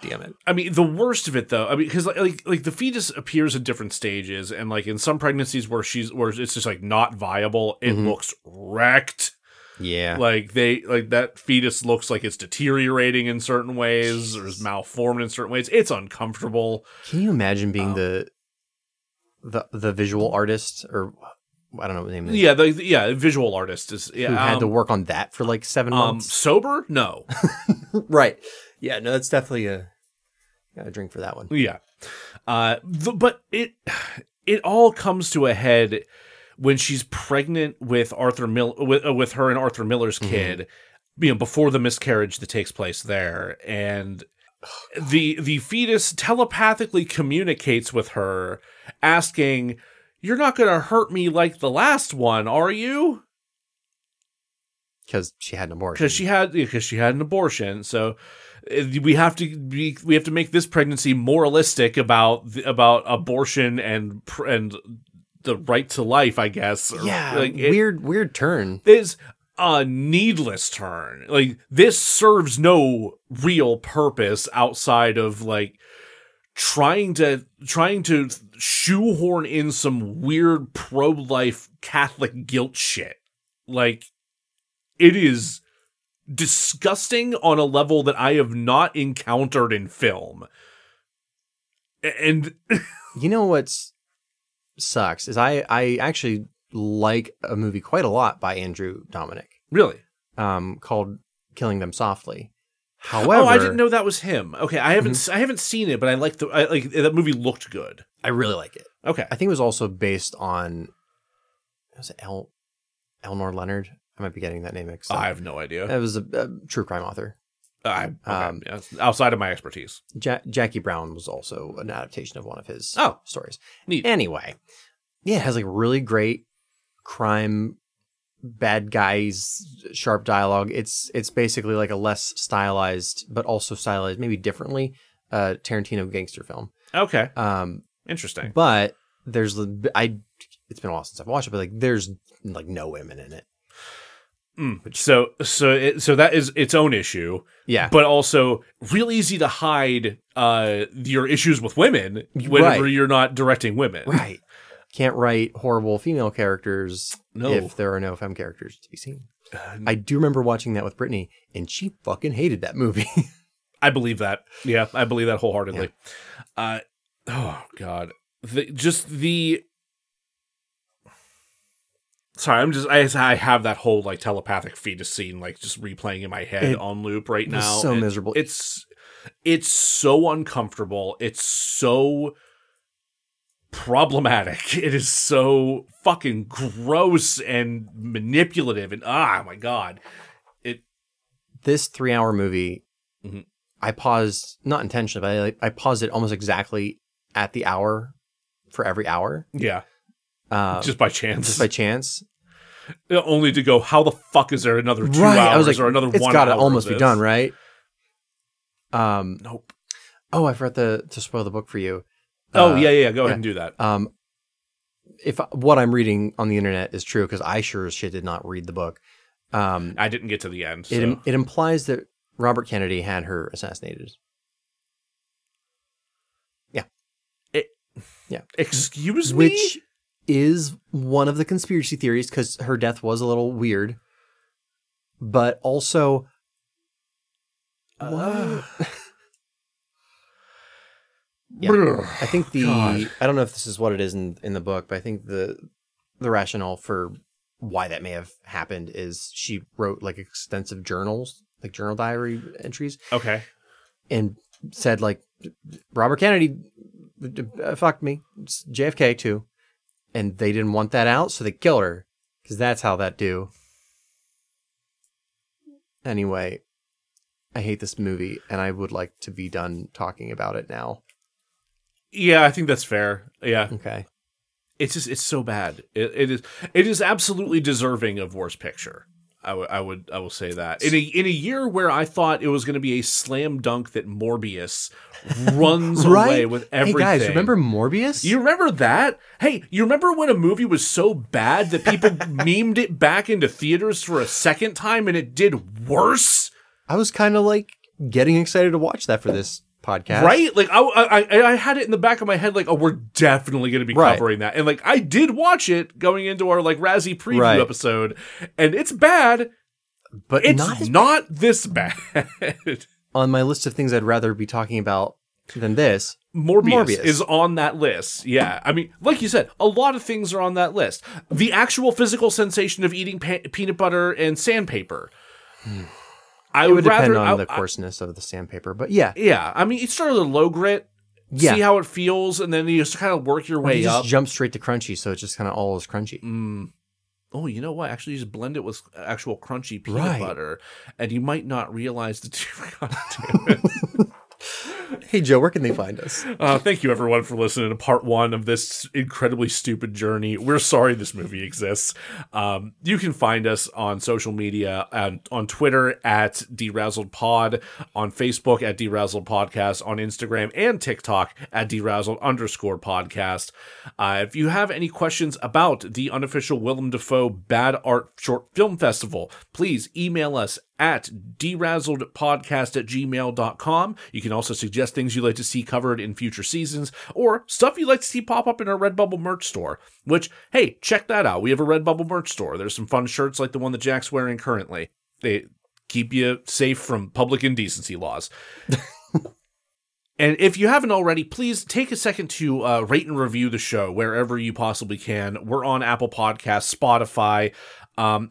Speaker 1: Damn it.
Speaker 2: I mean, the worst of it though. I mean, because like, like like the fetus appears at different stages, and like in some pregnancies where she's where it's just like not viable, it
Speaker 1: Mhm.
Speaker 2: looks wrecked.
Speaker 1: Yeah.
Speaker 2: like they like that fetus looks like it's deteriorating in certain ways or is malformed in certain ways it's uncomfortable
Speaker 1: Can you imagine being
Speaker 2: Um,
Speaker 1: the the the visual artist or I don't know what the name is.
Speaker 2: yeah the, the- yeah visual artist is yeah
Speaker 1: Mm-hmm. who had
Speaker 2: um,
Speaker 1: to work on that for like seven
Speaker 2: um
Speaker 1: months.
Speaker 2: sober no
Speaker 1: right. Yeah. No, that's definitely a got a drink for that one.
Speaker 2: yeah uh the, but it it all comes to a head when she's pregnant with Arthur Mill with, uh, with her and Arthur Miller's
Speaker 1: Mhm.
Speaker 2: kid you know before the miscarriage that takes place there and the the fetus telepathically communicates with her asking you're not going to hurt me like the last one are you
Speaker 1: because she had an abortion.
Speaker 2: because she had because she had an abortion so uh, we have to be, we have to make this pregnancy moralistic about the, about abortion and pr- and the right to life i guess or-
Speaker 1: yeah,
Speaker 2: like, it-
Speaker 1: weird, weird turn.
Speaker 2: is a needless turn. Like this serves no real purpose outside of like trying to trying to shoehorn in some weird pro-life Catholic guilt shit. Like it is disgusting on a level that I have not encountered in film. A- And
Speaker 1: You know what's sucks is I I actually like a movie quite a lot by Andrew Dominic,
Speaker 2: really,
Speaker 1: um, called Killing Them Softly. However,
Speaker 2: oh, I didn't know that was him. Okay, I haven't I haven't seen it, but I like the I, like that movie looked good.
Speaker 1: I really like it.
Speaker 2: Okay,
Speaker 1: I think it was also based on was it El Elnor Leonard? I might be getting that name mixed up.
Speaker 2: I have no idea.
Speaker 1: It was a, a true crime author.
Speaker 2: I, okay,
Speaker 1: uh, Um,
Speaker 2: yeah, it's outside of my expertise.
Speaker 1: Ja- Jackie Brown was also an adaptation of one of his
Speaker 2: Oh.
Speaker 1: stories.
Speaker 2: Neat.
Speaker 1: Anyway, yeah, it has like really great crime, bad guys, sharp dialogue. It's it's basically like a less stylized, but also stylized, maybe differently, uh, Tarantino gangster film.
Speaker 2: Okay,
Speaker 1: Um,
Speaker 2: interesting.
Speaker 1: but there's the- I. It's been a while since I've watched it, but like there's like no women in it.
Speaker 2: Mm. So so it, so that is its own issue,
Speaker 1: Yeah,
Speaker 2: but also real easy to hide uh, your issues with women whenever
Speaker 1: Right.
Speaker 2: you're not directing women.
Speaker 1: right. Can't write horrible female characters
Speaker 2: No. Uh,
Speaker 1: if there are no femme characters to be seen. I do remember watching that with Brittany, and she fucking hated that movie.
Speaker 2: I believe that. Yeah, I believe that wholeheartedly. Uh, oh God, the, just the. Sorry, I'm just I, I have that whole like telepathic fetus scene like just replaying in my head
Speaker 1: It
Speaker 2: on loop right
Speaker 1: was
Speaker 2: now.
Speaker 1: so
Speaker 2: It-
Speaker 1: miserable.
Speaker 2: It's it's so uncomfortable. It's so problematic. It is so fucking gross and manipulative and ah my god.
Speaker 1: this three hour movie,
Speaker 2: Mhm.
Speaker 1: I paused, not intentionally, but I, like, I paused it almost exactly at the hour for every hour.
Speaker 2: Yeah,
Speaker 1: Um,
Speaker 2: just by chance.
Speaker 1: just by chance.
Speaker 2: Uh, only to go, how the fuck is there another two hours
Speaker 1: I was like,
Speaker 2: or another
Speaker 1: it's
Speaker 2: one
Speaker 1: got to
Speaker 2: hour of
Speaker 1: almost be
Speaker 2: this?
Speaker 1: done, right? Um,
Speaker 2: Nope.
Speaker 1: oh, I forgot to, to spoil the book for you.
Speaker 2: Oh,
Speaker 1: Uh,
Speaker 2: yeah, yeah, yeah, go
Speaker 1: yeah.
Speaker 2: ahead and do that.
Speaker 1: um, if what I'm reading on the internet is true, because I sure as shit did not read the book, um,
Speaker 2: I didn't get to the end. Ah,
Speaker 1: it
Speaker 2: so.
Speaker 1: im- it implies that Robert Kennedy had her assassinated.
Speaker 2: Excuse me?
Speaker 1: which is one of the conspiracy theories because her death was a little weird, but also
Speaker 2: Uh,
Speaker 1: Yeah.
Speaker 2: Brr.
Speaker 1: I think the
Speaker 2: God.
Speaker 1: I don't know if this is what it is in in the book, but I think the the rationale for why that may have happened is she wrote like extensive journals, like journal diary entries,
Speaker 2: Okay.
Speaker 1: and said like Robert Kennedy uh, fucked me, JFK too, and they didn't want that out, so they killed her because that's how that do. Anyway, I hate this movie, and I would like to be done talking about it now.
Speaker 2: Yeah, I think that's fair. Yeah.
Speaker 1: Okay,
Speaker 2: It's just it's so bad. It, it is it is absolutely deserving of worst picture. I would I would I will say that. In a in a year where I thought it was going to be a slam dunk that Morbius runs
Speaker 1: Right?
Speaker 2: away with everything.
Speaker 1: hey guys, remember Morbius?
Speaker 2: You remember that? Hey, you remember when a movie was so bad that people memed it back into theaters for a second time and it did worse?
Speaker 1: I was kind of like getting excited to watch that for this podcast,
Speaker 2: Right? Like I, I I- I had it in the back of my head like, oh, we're definitely going to be
Speaker 1: Right.
Speaker 2: covering that. And like I did watch it going into our like Razzie preview
Speaker 1: Right.
Speaker 2: episode and it's bad.
Speaker 1: But
Speaker 2: It's
Speaker 1: not
Speaker 2: not,
Speaker 1: as-
Speaker 2: this bad.
Speaker 1: on my list of things I'd rather be talking about than this.
Speaker 2: Morbius,
Speaker 1: Morbius.
Speaker 2: is on that list. Yeah. I mean, like you said, a lot of things are on that list. The actual physical sensation of eating pa- peanut butter and sandpaper. I
Speaker 1: It would
Speaker 2: rather,
Speaker 1: depend on
Speaker 2: I-
Speaker 1: the
Speaker 2: I-
Speaker 1: coarseness of the sandpaper, but yeah,
Speaker 2: yeah. I mean, you start with a low grit,
Speaker 1: yeah.
Speaker 2: see how it feels, and then you just kind of work your
Speaker 1: Or
Speaker 2: way
Speaker 1: you just
Speaker 2: up.
Speaker 1: jump straight to crunchy, so it's just kind of all is crunchy.
Speaker 2: Mm. oh, you know what? Actually, just blend it with actual crunchy peanut
Speaker 1: Right.
Speaker 2: butter, and you might not realize the two. God damn it.
Speaker 1: Hey, Joe, where can they find us?
Speaker 2: Uh, thank you, everyone, for listening to part one of this incredibly stupid journey. We're sorry this movie exists. Um, you can find us on social media and on Twitter at DerazzledPod, on Facebook at Derazzled Podcast, on Instagram and TikTok at Derazzled underscore podcast. Uh, if you have any questions about the unofficial Willem Dafoe Bad Art Short Film Festival, please email us at derazzledpodcast at gmail.com. You can also suggest things you'd like to see covered in future seasons or stuff you'd like to see pop up in our Redbubble merch store, which, hey, check that out. We have a Redbubble merch store. There's some fun shirts like the one that Jack's wearing currently. They keep you safe from public indecency laws. And if you haven't already, please take a second to uh, rate and review the show wherever you possibly can. We're on Apple Podcasts, Spotify. Um,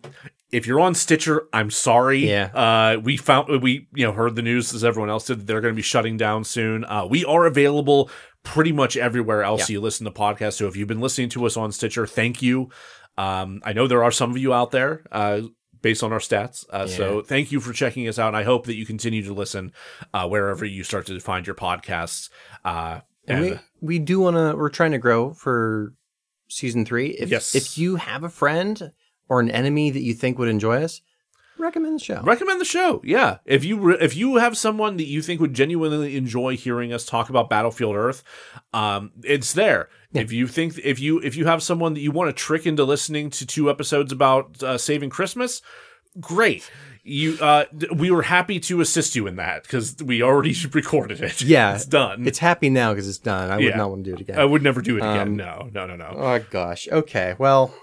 Speaker 2: if you're on Stitcher, I'm sorry.
Speaker 1: Yeah.
Speaker 2: Uh, we found we you know heard the news as everyone else did that they're going to be shutting down soon. Uh, we are available pretty much everywhere else you listen to podcasts. So if you've been listening to us on Stitcher, thank you. Um, I know there are some of you out there. Uh, based on our stats. Uh, So thank you for checking us out. And I hope that you continue to listen uh, wherever you start to find your podcasts. Uh,
Speaker 1: And
Speaker 2: and
Speaker 1: we, we do want to, we're trying to grow for season three. If,
Speaker 2: Yes.
Speaker 1: if you have a friend or an enemy that you think would enjoy us, recommend the show.
Speaker 2: recommend the show. Yeah, if you re- if you have someone that you think would genuinely enjoy hearing us talk about Battlefield Earth, um, it's there. If you think if you if you have someone that you want to trick into listening to two episodes about uh, saving Christmas, great. You uh, th- we were happy to assist you in that because we already recorded it.
Speaker 1: Yeah.
Speaker 2: it's done.
Speaker 1: It's happy now because it's done. I would
Speaker 2: Yeah.
Speaker 1: not want to do it again.
Speaker 2: I would never do it again.
Speaker 1: Um,
Speaker 2: no, no, no, no.
Speaker 1: Oh gosh. Okay. Well,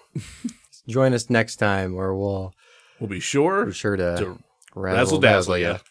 Speaker 1: join us next time, or we'll
Speaker 2: We'll be sure
Speaker 1: be sure to
Speaker 2: to
Speaker 1: razzle
Speaker 2: dazzle
Speaker 1: dazzle
Speaker 2: ya.
Speaker 1: you.